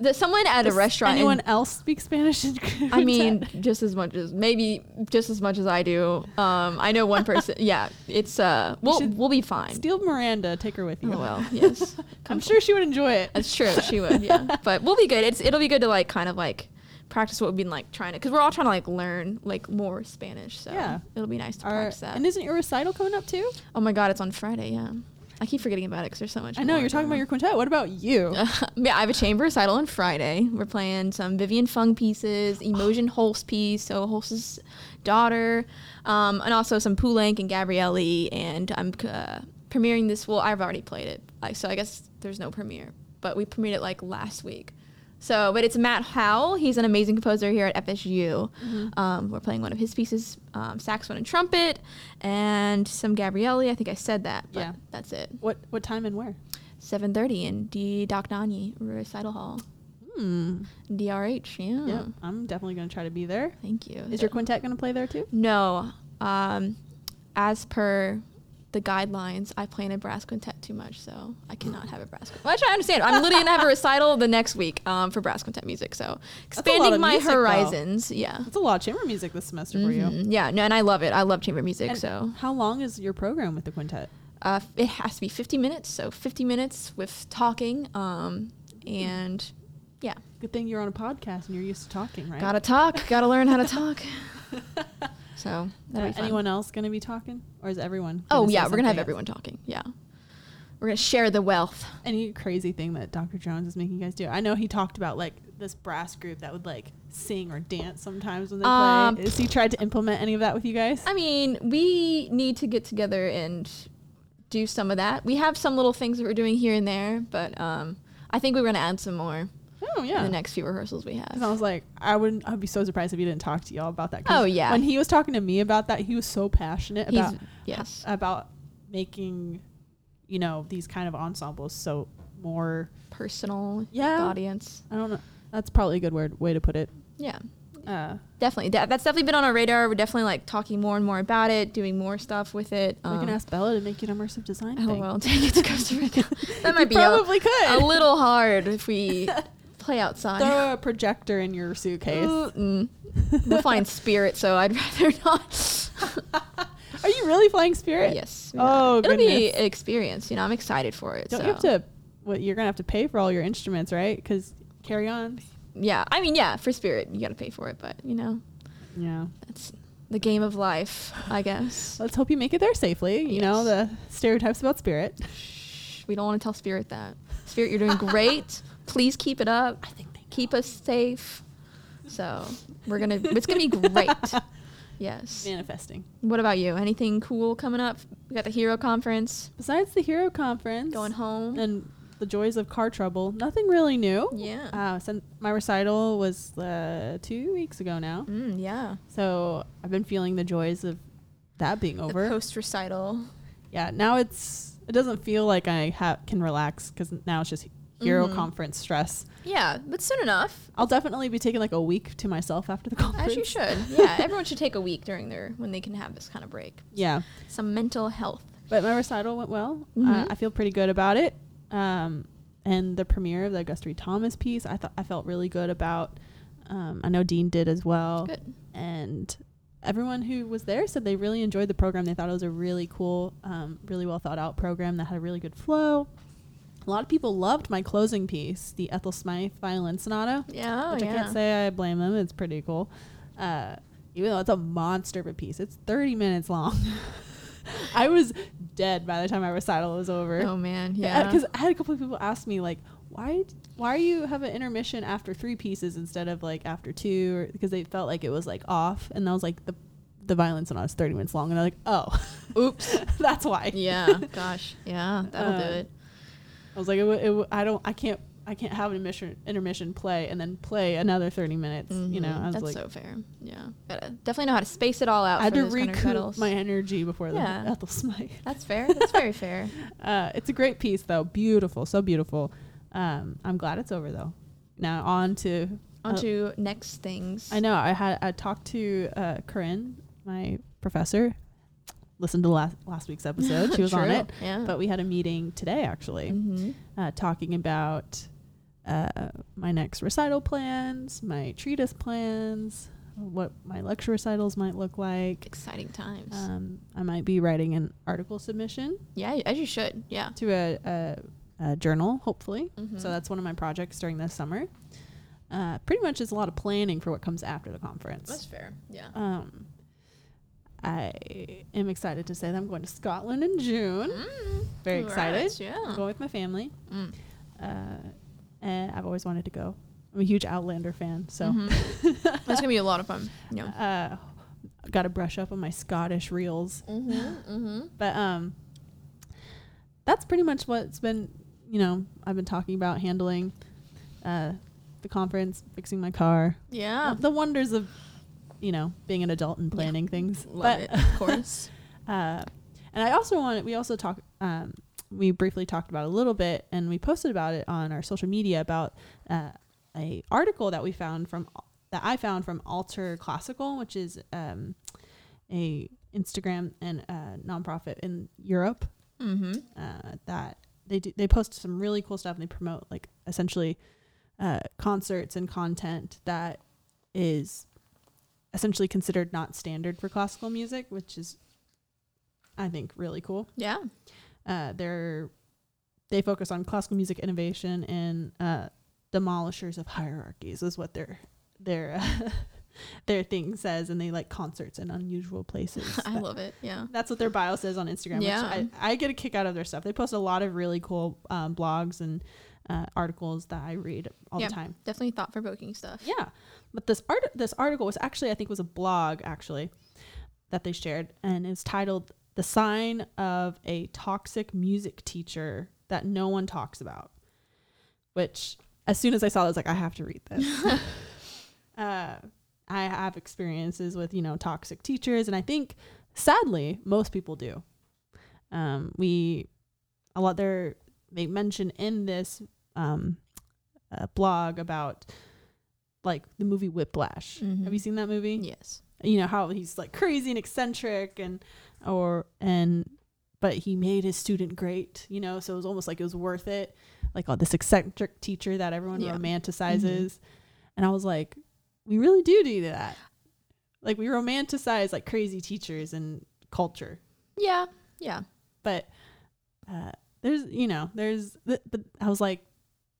B: The, someone at
A: Does
B: a restaurant. in-
A: Anyone else speak Spanish? In quintet?
B: I mean, just as much as maybe just as much as I do. Um, I know one person. yeah, it's uh, we'll
A: should
B: we'll be fine.
A: Steal Miranda, take her with you.
B: Oh well, yes.
A: I'm sure she would enjoy it.
B: That's true. She would, yeah. But we'll be good. It's it'll be good to like kind of like practice what we've been like trying to because we're all trying to like learn like more Spanish. So
A: Yeah.
B: it'll be nice to
A: Our,
B: practice that.
A: and isn't your recital coming up too?
B: oh my god, it's on Friday. Yeah, I keep forgetting about it because there's so much.
A: I know
B: more
A: you're talking about
B: going
A: your quintet. What about you?
B: on. yeah, I have a chamber recital on Friday. We're playing some Vivian Fung pieces, Emotion Holst piece, so Holst's daughter, um, and also some Poulenc and Gabrielli. And I'm uh, premiering this. Well, I've already played it, like, so I guess there's no premiere. But we premiered it like last week, So, but it's Matt Howell. He's an amazing composer here at FSU. Um, we're playing one of his pieces, um, saxophone and trumpet, and some Gabrielli. I think I said that. But
A: Yeah.
B: That's it.
A: What what time and where?
B: 7:30 in D. Docnani Recital Hall.
A: Hmm.
B: DRH. Yeah.
A: Yeah, Hmm, I'm definitely gonna try to be there.
B: Thank you.
A: Is your quintet gonna play there too?
B: No. Um, as per the guidelines, I play in a brass quintet too much, so I cannot have a brass quintet. Which I understand. I'm literally going to have a recital the next week um, for brass quintet music. So
A: a lot
B: expanding
A: of
B: my
A: music, though.
B: horizons. Yeah.
A: That's a lot of chamber music this semester for you.
B: Mhm. Yeah. No, and I love it. I love chamber music.
A: And
B: so
A: how long is your program with the quintet?
B: uh, f- it has to be 50 minutes. So 50 minutes with talking. Um, and yeah,
A: Good thing you're on a podcast and you're used to talking, right?
B: gotta talk. Gotta learn how to talk. so
A: Uh,
B: that'll be fun.
A: anyone else gonna be talking, or is everyone?
B: Oh
A: gonna say
B: yeah, we're gonna have
A: something?
B: everyone talking. Yeah, we're gonna share the wealth.
A: Any crazy thing that Dr. Jones is making you guys do? I know he talked about like this brass group that would like sing or dance sometimes when they
B: Um,
A: play. Has he tried to implement any of that with you guys?
B: I mean, we need to get together and do some of that. We have some little things that we're doing here and there, but um, I think we're gonna add some more
A: oh yeah.
B: in the next few rehearsals we
A: Because I
B: have.
A: was like, I wouldn't. I'd be so surprised if he didn't talk to y'all about that. 'Cause
B: Oh, yeah.
A: When he was talking to me about that, he was so passionate
B: He's-
A: about
B: yes.
A: about making, you know, these kind of ensembles so more.
B: Personal
A: Yeah.
B: audience.
A: I don't know. That's probably a good word way to put it.
B: Yeah,
A: Uh,
B: definitely. That, that's definitely been on our radar. We're definitely like talking more and more about it, doing more stuff with it. Um,
A: we can ask Bella to make you an immersive design.
B: Uh, Oh
A: thing.
B: well, take it to Costa Rica. that
A: you
B: might be a,
A: probably
B: a
A: could.
B: little hard if we play outside.
A: Throw a projector in your suitcase.
B: Mm, mm. we'll find spirit, so I'd rather not.
A: Are you really flying Spirit?
B: yes.
A: Oh,
B: it'll be
A: goodness.
B: an experience. You know, I'm excited for it.
A: Don't
B: so.
A: you have to? What you're gonna have to pay for all your instruments, right? Because carry on.
B: Yeah, I mean, yeah, for spirit, you gotta pay for it, but you know,
A: Yeah.
B: that's the game of life, I guess.
A: Let's hope you make it there safely. You know the
B: Yes.
A: stereotypes about Spirit.
B: Shh, we don't want to tell spirit that. Spirit, you're doing great. Please keep it up.
A: I think they
B: Keep us safe. So we're gonna. It's gonna be great. Yes.
A: manifesting.
B: What about you? Anything cool coming up? We got the hero conference
A: Besides the Hero Conference
B: going home.
A: and the joys of car trouble, nothing really new.
B: yeah.
A: Uh, since my recital was uh, two weeks ago now,
B: Mm, yeah.
A: so I've been feeling the joys of that being over.
B: Post recital.
A: yeah, now it's it doesn't feel like I ha- can relax because now it's just Hero
B: Mhm.
A: Conference stress.
B: Yeah, but soon enough,
A: I'll definitely be taking like a week to myself after the conference.
B: as you should. Yeah, everyone should take a week during their when they can have this kind of break.
A: Yeah,
B: Some mental health.
A: but my recital went well. Uh,
B: Mhm.
A: I feel pretty good about it. Um, and the premiere of the Augusta Reed Thomas piece, I thought I felt really good about. Um, I know Dean did as well,
B: Good.
A: and everyone who was there said they really enjoyed the program. They thought it was a really cool, um, really well thought out program that had a really good flow. A lot of people loved my closing piece, the Ethel Smythe Violin Sonata
B: Yeah.
A: which
B: Oh, yeah.
A: I can't say I blame them. It's pretty cool. Uh, even though it's a monster of a piece, it's 30 minutes long. I was dead by the time my recital was over.
B: Oh man. Yeah.
A: Because I had a couple of people ask me, like, why, why you have an intermission after three pieces instead of like after two? Because they felt like it was like off. And I was like, the, the violence and I was 30 minutes long. And they're like, oh,
B: Oops.
A: that's why.
B: yeah. Gosh. Yeah. That'll
A: Uh,
B: do it.
A: I was like, it, w- it w- I don't, I can't, I can't have an intermission, intermission play and then play another 30 minutes. You know,
B: Mhm.
A: I was
B: that's
A: like,
B: so fair. Yeah. Gotta definitely know how to space it all out.
A: I had
B: for
A: to
B: those kind of
A: recoup
B: recitals.
A: my energy before
B: Yeah.
A: the Ethel Smythe.
B: That's fair. That's very fair.
A: Uh, it's a great piece, though. Beautiful, so beautiful. Um, I'm glad it's over, though. Now on to
B: On to next things.
A: Uh, I know I had I talked to uh, Corinne, my professor. Listened to last last week's episode. She was on
B: True.
A: it,
B: Yeah.
A: but we had a meeting today actually,
B: hmm
A: uh, talking about uh, my next recital plans, my treatise plans, what my lecture recitals might look like.
B: Exciting times.
A: Um, I might be writing an article submission
B: yeah, as you should. Yeah.
A: to a, a, a journal, hopefully.
B: Mhm.
A: So that's one of my projects during this summer. Uh, pretty much is a lot of planning for what comes after the
B: That's
A: conference.
B: fair. Yeah.
A: Um, I am excited to say that I'm going to Scotland in June.
B: Mm.
A: Very
B: Congrats,
A: excited. I'm
B: Yeah.
A: going with my family.
B: Mm.
A: Uh, and I've always wanted to go. I'm a huge Outlander fan, so
B: Mhm. that's gonna be a lot of fun.
A: uh,
B: Yeah.
A: got to brush up on my Scottish reels
B: Mm-hmm, mm-hmm.
A: But um, that's pretty much what's been, you know, I've been talking about handling. Uh, the conference, fixing my car,
B: Yeah.
A: the wonders of, you know, being an adult and planning things.
B: Love it, of course.
A: Uh, and I also wanted, we also talked, um, we briefly talked about it a little bit and we posted about it on our social media about uh, a article that we found from, that I found from Alter Classical, which is um, a Instagram and uh nonprofit in Europe
B: mm-hmm.
A: uh, that they do, they post some really cool stuff and they promote like essentially uh, concerts and content that is essentially considered not standard for classical music, which is I think really cool.
B: Yeah.
A: Uh, they're they focus on classical music innovation and uh, demolishers of hierarchies is what their their their thing says, and they like concerts in unusual places.
B: I
A: That-
B: love it. Yeah.
A: that's what their bio says on Instagram.
B: Yeah.
A: Which I, I get a kick out of their stuff. They post a lot of really cool um, blogs and uh, articles that I read all
B: Yeah.
A: the time.
B: Definitely thought provoking stuff.
A: Yeah, but this art this article was actually I think was a blog actually that they shared, and it's titled "The Sign of a Toxic Music Teacher That No One Talks About," which as soon as I saw it, I was like, I have to read this. uh, I have experiences with you know toxic teachers, and I think sadly most people do. Um, we a lot there they mention in this um, uh, blog about like the movie Whiplash.
B: Mhm.
A: Have you seen that movie?
B: Yes.
A: you know how he's like crazy and eccentric and or and but he made his student great you know so it was almost like it was worth it like all this eccentric teacher that everyone
B: Yeah.
A: romanticizes and i was like we really do do that like we romanticize like crazy teachers and culture
B: Yeah. Yeah.
A: but uh, there's you know there's th- but I was like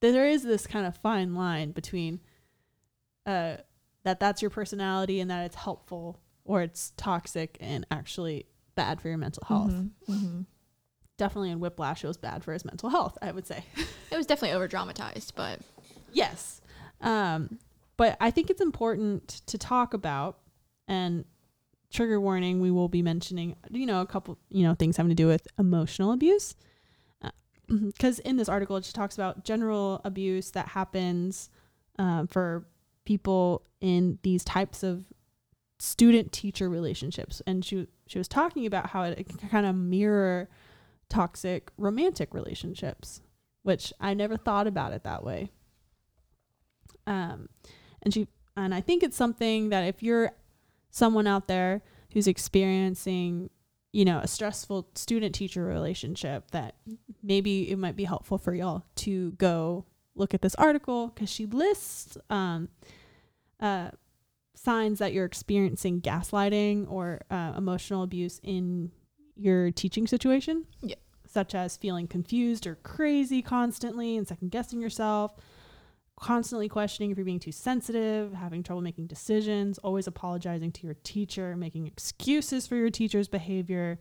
A: there is this kind of fine line between uh that that's your personality and that it's helpful or it's toxic and actually bad for your mental health.
B: Mm-hmm.
A: Definitely in Whiplash it was bad for his mental health, I would say.
B: It was definitely over dramatized, but
A: Yes. Um but I think it's important to talk about and trigger warning we will be mentioning you know a couple you know things having to do with emotional abuse because in this article she talks about general abuse that happens um, for people in these types of student teacher relationships and she she was talking about how it, can kind of mirror toxic romantic relationships which I never thought about it that way um and she and I think it's something that if you're someone out there who's experiencing you know a stressful student teacher relationship that maybe it might be helpful for y'all to go look at this article because she lists um, uh, signs that you're experiencing gaslighting or uh, emotional abuse in your teaching situation
B: Yeah.
A: such as feeling confused or crazy constantly and second guessing yourself constantly questioning if you're being too sensitive, having trouble making decisions, always apologizing to your teacher, making excuses for your teacher's behavior,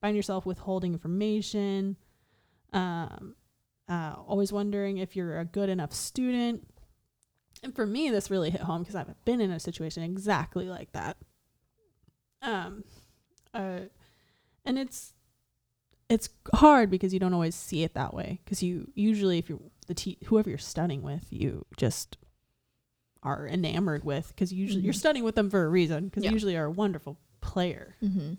A: find yourself withholding information, um, uh, always wondering if you're a good enough student. And for me, this really hit home because I've been in a situation exactly like that. Um, uh, and it's it's hard because you don't always see it that way because you usually if you're the te- whoever you're studying with you just are enamored with because usually you're
B: Mhm.
A: studying with them for a reason because
B: Yeah.
A: usually are a wonderful player
B: mm-hmm.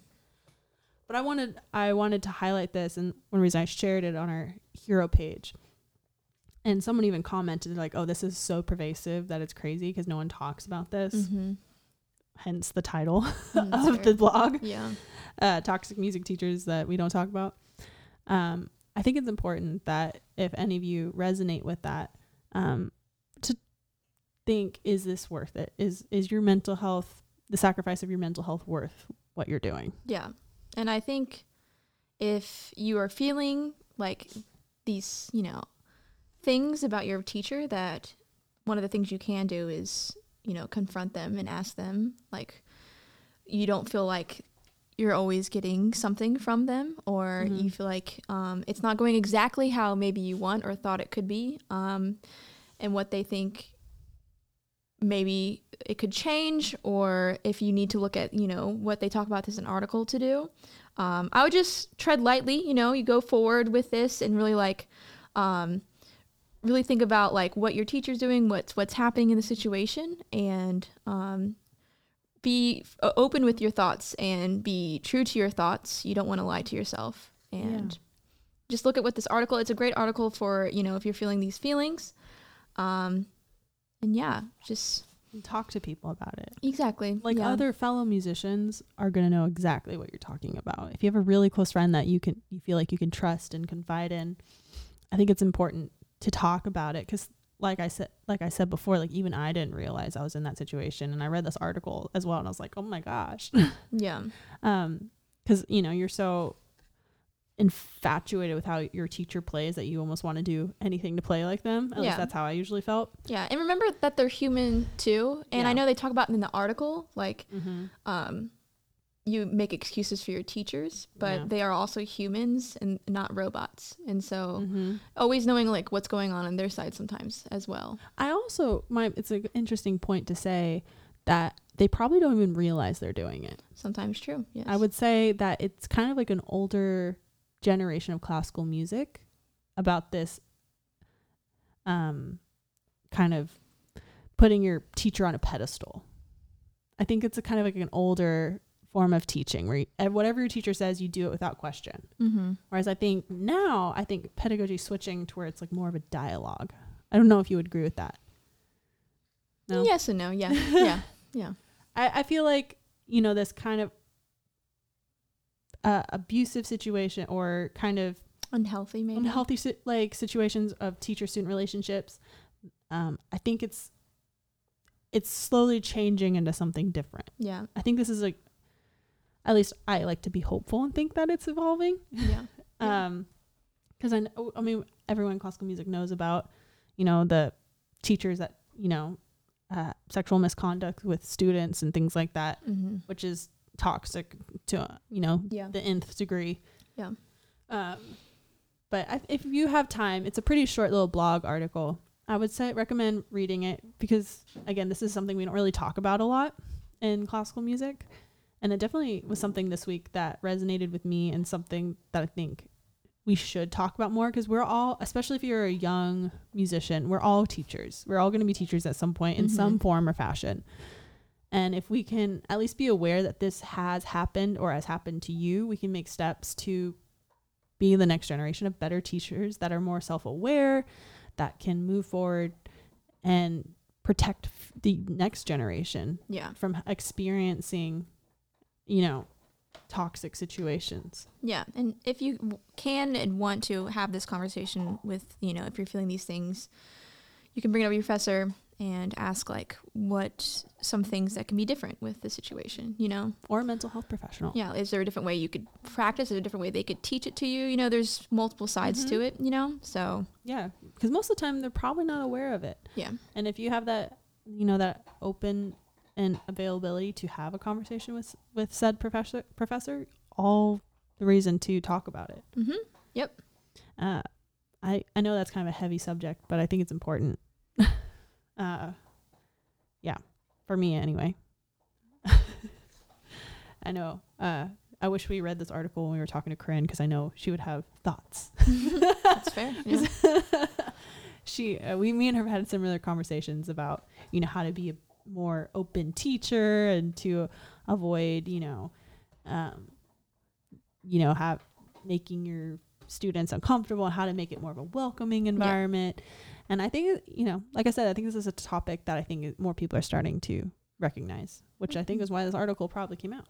A: but I wanted I wanted to highlight this, and one reason I shared it on our hero page, and someone even commented like, "Oh, this is so pervasive that it's crazy because no one talks about this."
B: Mm-hmm.
A: Hence the title of the blog,
B: yeah.
A: uh, "Toxic Music Teachers That We Don't Talk About." Um, I think it's important that if any of you resonate with that, um, to think, "Is this worth it? Is is your mental health the sacrifice of your mental health worth what you're doing?"
B: Yeah. And I think if you are feeling like these, you know, things about your teacher that one of the things you can do is, you know, confront them and ask them like you don't feel like you're always getting something from them or
A: Mhm.
B: you feel like um, it's not going exactly how maybe you want or thought it could be um, and what they think maybe it could change or if you need to look at you know what they talk about this an article to do um, i would just tread lightly you know you go forward with this and really like um, really think about like what your teacher's doing, what's what's happening in the situation, and um, be f- o- open with your thoughts and be true to your thoughts. You don't want to lie to yourself. And just look at what this article. It's a great article for you know if you're feeling these feelings, um, and yeah, just
A: Talk to people about it.
B: exactly
A: Like
B: yeah.
A: other fellow musicians are gonna know exactly what you're talking about. If you have a really close friend that you can you feel like you can trust and confide in, I think it's important to talk about it because like I said like I said before, like even I didn't realize I was in that situation and I read this article as well and I was like, Oh my gosh.
B: Hmm. yeah.
A: um because you know you're so infatuated with how your teacher plays that you almost want to do anything to play like them at
B: Yeah.
A: least that's how i usually felt
B: Yeah, and remember that they're human too. And I
A: Yeah.
B: know they talk about in the article, like
A: mm-hmm.
B: um, you make excuses for your teachers, but
A: Yeah.
B: they are also humans and not robots. And so
A: Mm-hmm.
B: always knowing like what's going on on their side sometimes as well.
A: i also my it's an interesting point to say that they probably don't even realize they're doing it
B: Sometimes true. Yes.
A: i would say that it's kind of like an older generation of classical music about this um kind of putting your teacher on a pedestal i think it's a kind of like an older form of teaching where you, and whatever your teacher says you do it without question
B: Mm-hmm.
A: whereas i think now i think pedagogy switching to where it's like more of a dialogue i don't know if you would agree with that No?
B: Yes and no. Yeah. yeah.
A: I, I feel like you know this kind of uh, abusive situation or kind of
B: Unhealthy maybe.
A: unhealthy si- like situations of teacher student relationships. Um, I think it's it's slowly changing into something different.
B: Yeah.
A: I think this is like at least I like to be hopeful and think that it's evolving.
B: Yeah. Yeah.
A: Um 'cause because I know, I mean everyone in classical music knows about you know the teachers that you know uh, sexual misconduct with students and things like that
B: mm-hmm.
A: which is toxic to uh, you know
B: Yeah.
A: the nth degree.
B: Yeah.
A: Um, but I, if you have time, it's a pretty short little blog article. I would say recommend reading it because again, this is something we don't really talk about a lot in classical music, and it definitely was something this week that resonated with me and something that I think we should talk about more because we're all, especially if you're a young musician, we're all teachers. We're all going to be teachers at some point in some
B: Mhm.
A: form or fashion. And if we can at least be aware that this has happened or has happened to you, we can make steps to be the next generation of better teachers that are more self aware, that can move forward and protect f- the next generation
B: Yeah.
A: from experiencing, you know, toxic situations.
B: Yeah, and if you w- can and want to have this conversation with, you know, if you're feeling these things, you can bring it up to your professor and ask like what some things that can be different with the situation, you know?
A: Or a mental health professional.
B: Yeah, is there a different way you could practice? Is there a different way they could teach it to you? You know, there's multiple sides
A: Mm-hmm.
B: to it, you know? So,
A: Yeah, because most of the time they're probably not aware of it.
B: Yeah.
A: And if you have that, you know, that open and availability to have a conversation with with said professor, professor, all the reason to talk about it.
B: mhm.
A: Uh, I I know that's kind of a heavy subject, but I think it's important. uh, yeah, for me anyway. I know. Uh, I wish we read this article when we were talking to Corinne because I know she would have thoughts.
B: That's fair. Yeah.
A: she uh, we me and her had similar conversations about you know how to be a more open teacher and to avoid you know um you know have making your students uncomfortable and how to make it more of a welcoming environment and i think you know like i said i think this is a topic that i think is- more people are starting to recognize which i think is why this article probably came out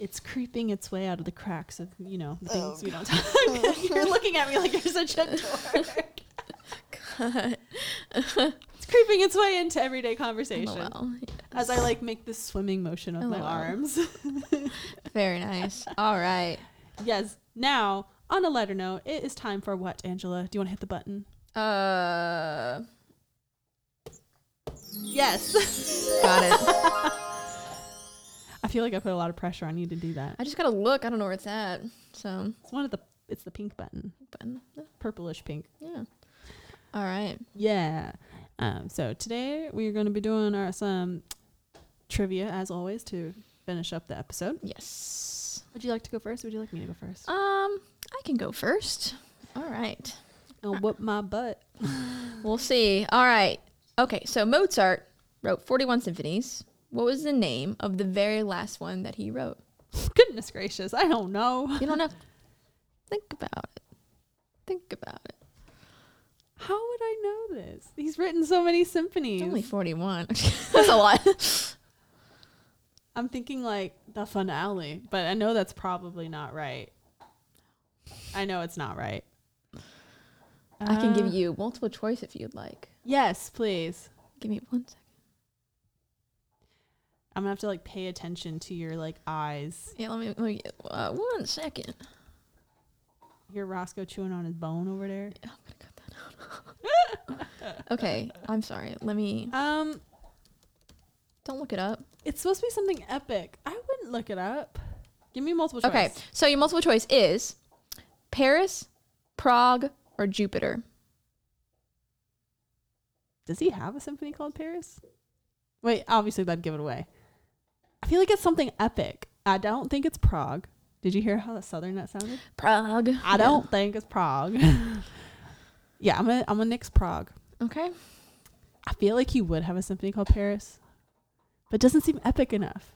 A: it's creeping its way out of the cracks of you know the things we don't talk you're looking at me like you're such a dork it's creeping its way into everyday conversation
B: LOL.
A: as i like make this swimming motion with my
B: LOL.
A: arms
B: Very nice. All right.
A: yes now on a lighter note it is time for what angela do you want to hit the button
B: Uh
A: yes
B: got it.
A: i feel like i put a lot of pressure on you to do that
B: I just got to look. I don't know where it's at. So,
A: it's one of the it's the pink button
B: button.
A: purplish pink
B: Yeah. All right.
A: Yeah. Um, so today we're going to be doing our some trivia, as always, to finish up the episode.
B: Yes. Uh,
A: Would you like to go first? Or would you like me to go first?
B: Um, I can go first. All right.
A: and whoop my butt.
B: We'll see. All right. Okay, so Mozart wrote 41 symphonies. What was the name of the very last one that he wrote?
A: Goodness gracious, I don't know.
B: You don't have think about it. Think about it.
A: How would I know this? He's written so many
B: It's
A: symphonies.
B: only 41. That's a lot.
A: I'm thinking like the finale, but I know that's probably not right. I know it's not right.
B: I can
A: Uh,
B: give you multiple choice if you'd like.
A: Yes, please.
B: Give me one second.
A: I'm gonna have to like pay attention to your like eyes.
B: Yeah, let me, let me uh, one second.
A: Hear Roscoe chewing on his bone over there.
B: I'm gonna cut that out. okay, I'm sorry. Let me.
A: Um,
B: Don't look it up.
A: it's supposed to be something epic. I wouldn't look it up. Give me multiple choice.
B: Okay, so your multiple choice is Paris, Prague, or Jupiter.
A: Does he have a symphony called Paris? Wait, obviously that'd give it away. I feel like it's something epic. I don't think it's Prague. Did you hear how that southern that sounded?
B: Prague.
A: I don't think it's Prague. yeah, I'm a I'm a Nick's Prague.
B: Okay.
A: I feel like he would have a symphony called Paris, but it doesn't seem epic enough.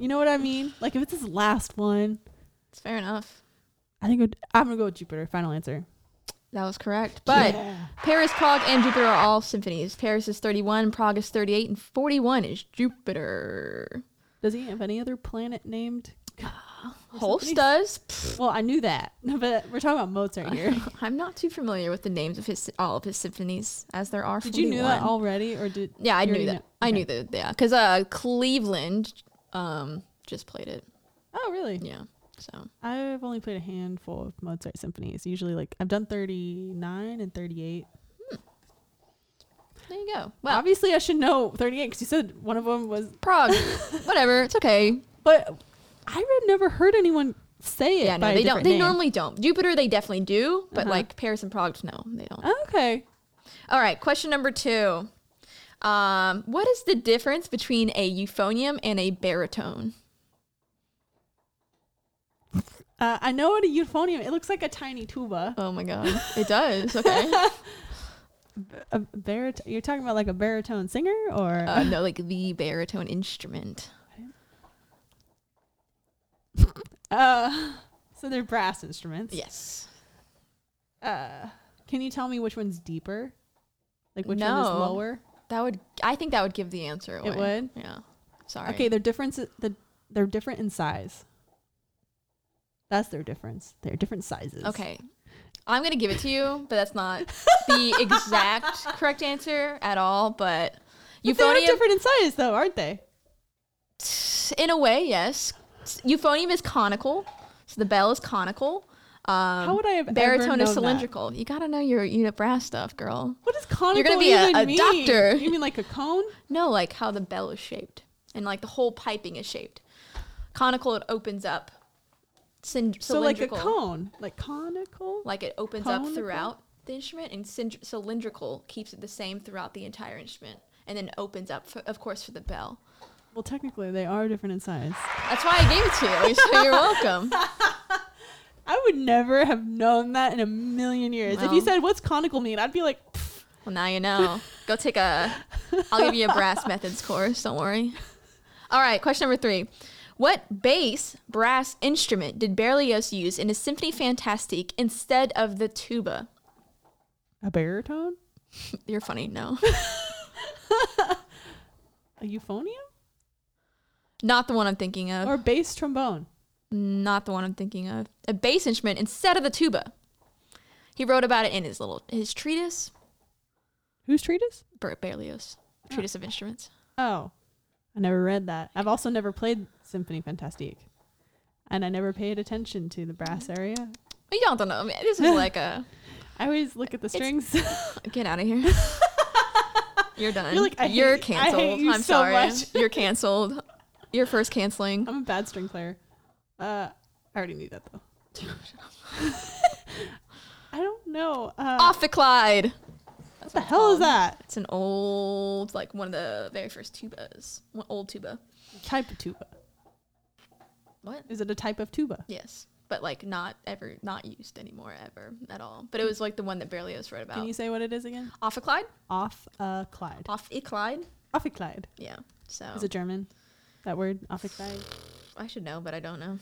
A: You know what I mean? Like if it's his last one,
B: It's fair enough.
A: I think it would, I'm gonna go with Jupiter. Final answer.
B: That was correct. But
A: Yeah.
B: Paris, Prague, and Jupiter are all symphonies. Paris is 31, Prague is 38, and 41 is Jupiter.
A: does he have any other planet named?
B: Holst does.
A: Well, I knew that, but we're talking about Mozart here.
B: I'm not too familiar with the names of his all of his symphonies, as there are.
A: Did you knew that
B: 41.
A: already, or did?
B: Yeah, I
A: you
B: knew
A: already
B: that.
A: know-
B: I
A: okay.
B: knew that. Yeah, because uh, Cleveland um just played it.
A: Oh, really?
B: Yeah, so
A: I've only played a handful of Mozart symphonies. Usually, like I've done thirty nine and thirty eight.
B: there you go. Well,
A: Obviously, I should know 38 because you said one of them was.
B: Prague. Whatever, it's okay.
A: But I had never heard anyone say it.
B: Yeah,
A: by
B: no,
A: a
B: they
A: different
B: don't. They
A: name.
B: normally don't. Jupiter, they definitely do, but
A: Uh-huh.
B: like Paris and Prague, no, they don't.
A: Okay.
B: All right, question number two. Um, what is the difference between a euphonium and a baritone?
A: Uh, I know what a euphonium. It looks like a tiny tuba.
B: Oh my god, it does. Okay,
A: Uh, A barit- You're talking about like a baritone singer, or
B: uh, no, like the baritone instrument.
A: Uh, so they're brass instruments.
B: Yes.
A: Uh, can you tell me which one's deeper? Like which one is
B: No.
A: lower?
B: That would I think that would give the answer away.
A: It would?
B: Yeah. Sorry.
A: Okay, they're different. The they're different in size. That's their difference. They're different sizes.
B: Okay. I'm gonna give it to you, but that's not the exact correct answer at all. But
A: But they are
B: euphonium,
A: different in size, though, aren't they?
B: in a way, yes. Euphonium is conical, so the bell is conical. Um,
A: How would I have ever
B: baritone
A: known
B: is
A: that?
B: cylindrical? You gotta know your unit brass stuff, girl.
A: What does conical
B: You're gonna be a-
A: even
B: a
A: mean?
B: doctor.
A: You mean like a cone?
B: No, like how the bell is shaped and like the whole piping is shaped. Conical, it opens up. Cyn-
A: So like a
B: cylindrical.
A: cone, like conical.
B: like it opens up
A: Conical?
B: throughout the instrument and cynd- cylindrical keeps it the same throughout the entire instrument and then opens up for, of course for the bell
A: Well, technically, they are different in size.
B: that's why i gave it to you so you're welcome
A: I would never have known that in a million years. if you
B: Well.
A: said what's conical mean, I'd be like, "Pff,
B: well now you know go take a i'll give you a brass methods course don't worry all right question number three what bass brass instrument did berlioz use in his symphony fantastique instead of the tuba
A: a baritone,
B: you're funny no
A: a euphonium,
B: not the one i'm thinking of
A: or bass trombone.
B: not the one I'm thinking of. A bass instrument instead of the tuba. He wrote about it in his little his treatise,
A: Whose treatise?
B: Ber- Berlioz, treatise of instruments.
A: Oh, I never read that. I've also never played Symphony Fantastique, and I never paid attention to the brass area.
B: But y'all don't know. I mean, this is like a
A: I always look at the strings.
B: get out of here. You're done.
A: You're like, I
B: You're
A: hate- I hate
B: canceled.
A: you
B: am
A: so
B: sorry.
A: much.
B: You're canceled. You're first canceling.
A: I'm a bad string player. Uh, I already knew that though. I don't know. Uh,
B: Off the Clyde.
A: what the hell is that?
B: It's an old, like one of the very first tubas. One old tuba.
A: Type of tuba.
B: What?
A: Is it a type of tuba?
B: Yes. but like not ever not used anymore ever at all. But it was like the one that Berlioz wrote
A: Can
B: about.
A: you say what it is again?
B: Off of Clyde?
A: Off a Clyde.
B: Off I Clyde?
A: Off a Clyde.
B: Yeah. So
A: Is it German? That word, off a Clyde.
B: I should know, but I don't know.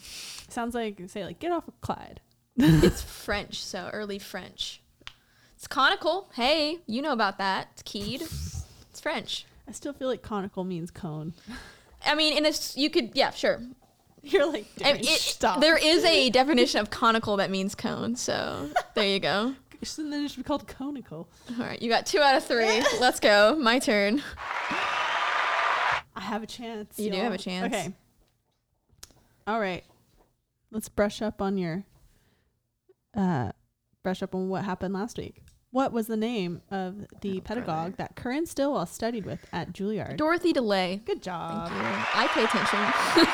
A: Sounds like say like get off a Clyde.
B: it's French, so early French. It's conical. Hey, you know about that. It's keyed. It's French.
A: I still feel like conical means cone.
B: I mean, in this, you could, yeah, sure.
A: You're like
B: I-
A: Darren,
B: it-
A: stop.
B: There is a definition of conical that means cone, so there you go.
A: So then it should be called conical.
B: All right, you got two out of three. Let's go. My turn.
A: I have a chance.
B: You do
A: y'all.
B: have a chance.
A: Okay. All right. Let's brush up on your uh brush up on what happened last week. What was the name of the
B: Oh,
A: pedagogue that Corinne Stillwell studied with at Juilliard?
B: Dorothy DeLay.
A: Good
B: Thank
A: job.
B: you. I pay attention.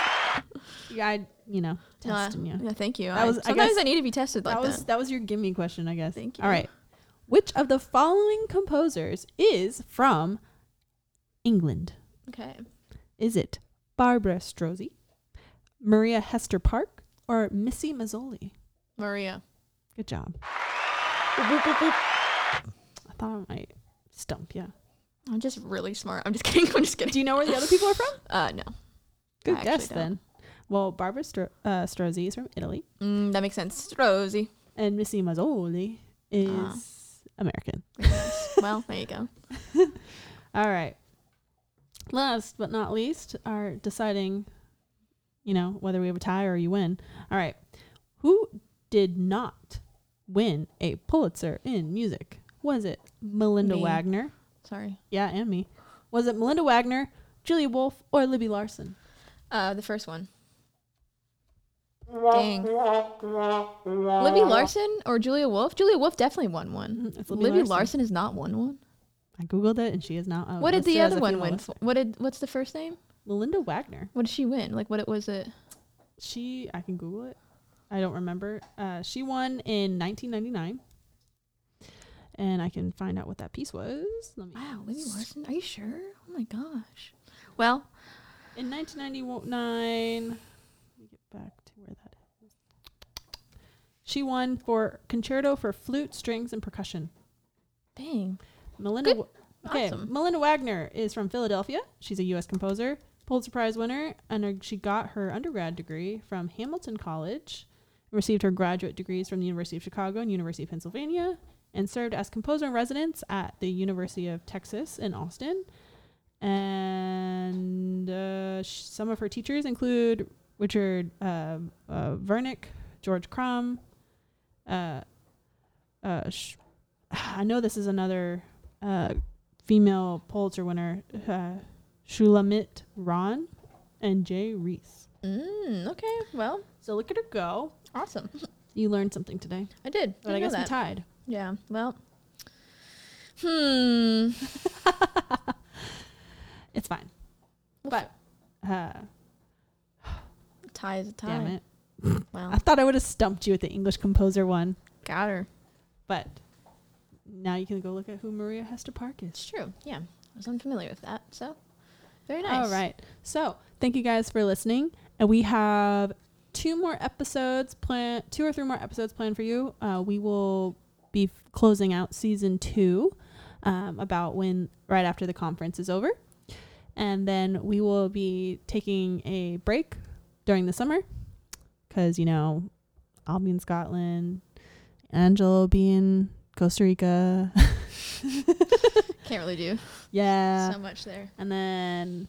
A: Yeah, I you know,
B: No, I-
A: testing you.
B: Yeah, thank you.
A: That
B: I-
A: was- I
B: sometimes I,
A: guess-
B: need to be tested like
A: that
B: that.
A: was that. was your gimme question, I guess.
B: Thank
A: All
B: you.
A: right. Which of the following composers is from England?
B: Okay.
A: Is it Barbara Strozzi, Maria Hester Park, or Missy Mazzoli?
B: Maria.
A: Good job. I thought I might stump you.
B: I'm just really smart. I'm just kidding. I'm just
A: Do
B: kidding.
A: you know where the other people are from?
B: Uh, no.
A: Good
B: I actually
A: guess
B: don't.
A: then. Well, Barbara Stro- uh, Strozzi is from Italy,
B: Mm, that makes sense. Rosie.
A: and Missy Mazzoli is American.
B: Ah. well, there you go.
A: All right. Last but not least, are deciding, you know, whether we have a tie or you win. All right. Who did not win a Pulitzer in music? Was it Melinda
B: Me.
A: Wagner?
B: Sorry.
A: Yeah, and me. Was it Melinda Wagner, Julia Wolf, or Libby Larson?
B: Uh, the first one. Dang. Libby Larson or Julia Wolf? Julia Wolf definitely won one.
A: Mhm, it's
B: Mm-hmm. Libby, Larson. has not won one.
A: I googled it and she is not. oh,
B: what did
A: listed
B: the
A: as
B: other
A: a
B: one
A: female
B: win?
A: lister.
B: for? What did? What's the first name?
A: Melinda Wagner.
B: What did she win? Like what? It was it?
A: She, I can Google it. I don't remember. Uh, she won in 1999, and I can find out what that piece was. Let me.
B: Wow, Libby Larson. Are you sure? Oh my gosh. Well,
A: In 1999, let me get back to where that is. She won for concerto for flute, strings, and percussion.
B: dang.
A: Melinda.
B: Good.
A: Wa- Okay,
B: Awesome.
A: Melinda Wagner is from Philadelphia. She's a U.S. composer, Pulitzer Prize winner, and her- she got her undergrad degree from Hamilton College, received her graduate degrees from the University of Chicago and University of Pennsylvania, and served as composer in residence at the University of Texas in Austin. And uh, sh- some of her teachers include Richard uh, uh, Vernick, George Crumb. Uh, uh, sh- I know this is another uh, female Pulitzer winner, uh, Shulamit Ron and Jay Reese.
B: Mm, okay. Well,
A: So look at her go.
B: awesome.
A: You learned something today.
B: I did.
A: But
B: Didn't
A: I
B: know
A: guess we
B: that.
A: tied.
B: yeah. Well. Hmm.
A: It's fine. But uh,
B: Tie is a tie.
A: damn it. I
B: Well,
A: thought I would have stumped you at the English composer one,
B: got her.
A: but now you can go look at who Maria Hester Park is.
B: It's true. Yeah. I was unfamiliar with that. So, very nice.
A: All right. So thank you guys for listening. And we have two more episodes planned, two or three more episodes planned for you. Uh, we will be f- closing out season two um, about when, right after the conference is over. And then we will be taking a break during the summer because, you know, I'll be in Scotland, Angela will be in Costa Rica.
B: Can't really do
A: yeah.
B: so much there.
A: And then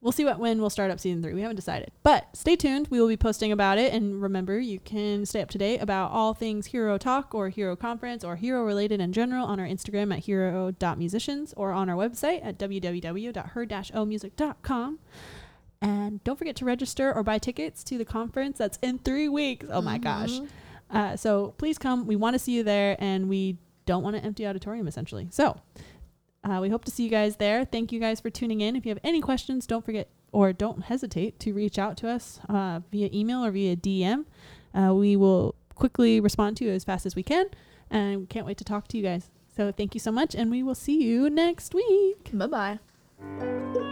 A: we'll see what when we'll start up season three. We haven't decided. But stay tuned. We will be posting about it. And remember, you can stay up to date about all things Hero Talk or Hero Conference or Hero related in general on our Instagram at hero.musicians or on our website at www.her-omusic.com. And don't forget to register or buy tickets to the conference that's in three weeks. Oh my gosh.
B: Mhm.
A: Uh, so please come. We want to see you there, and we don't want an empty auditorium essentially. So uh, we hope to see you guys there. Thank you guys for tuning in. If you have any questions, don't forget or don't hesitate to reach out to us uh, via email or via DM. Uh, we will quickly respond to you as fast as we can, and we can't wait to talk to you guys. So thank you so much, and we will see you next week.
B: Bye bye.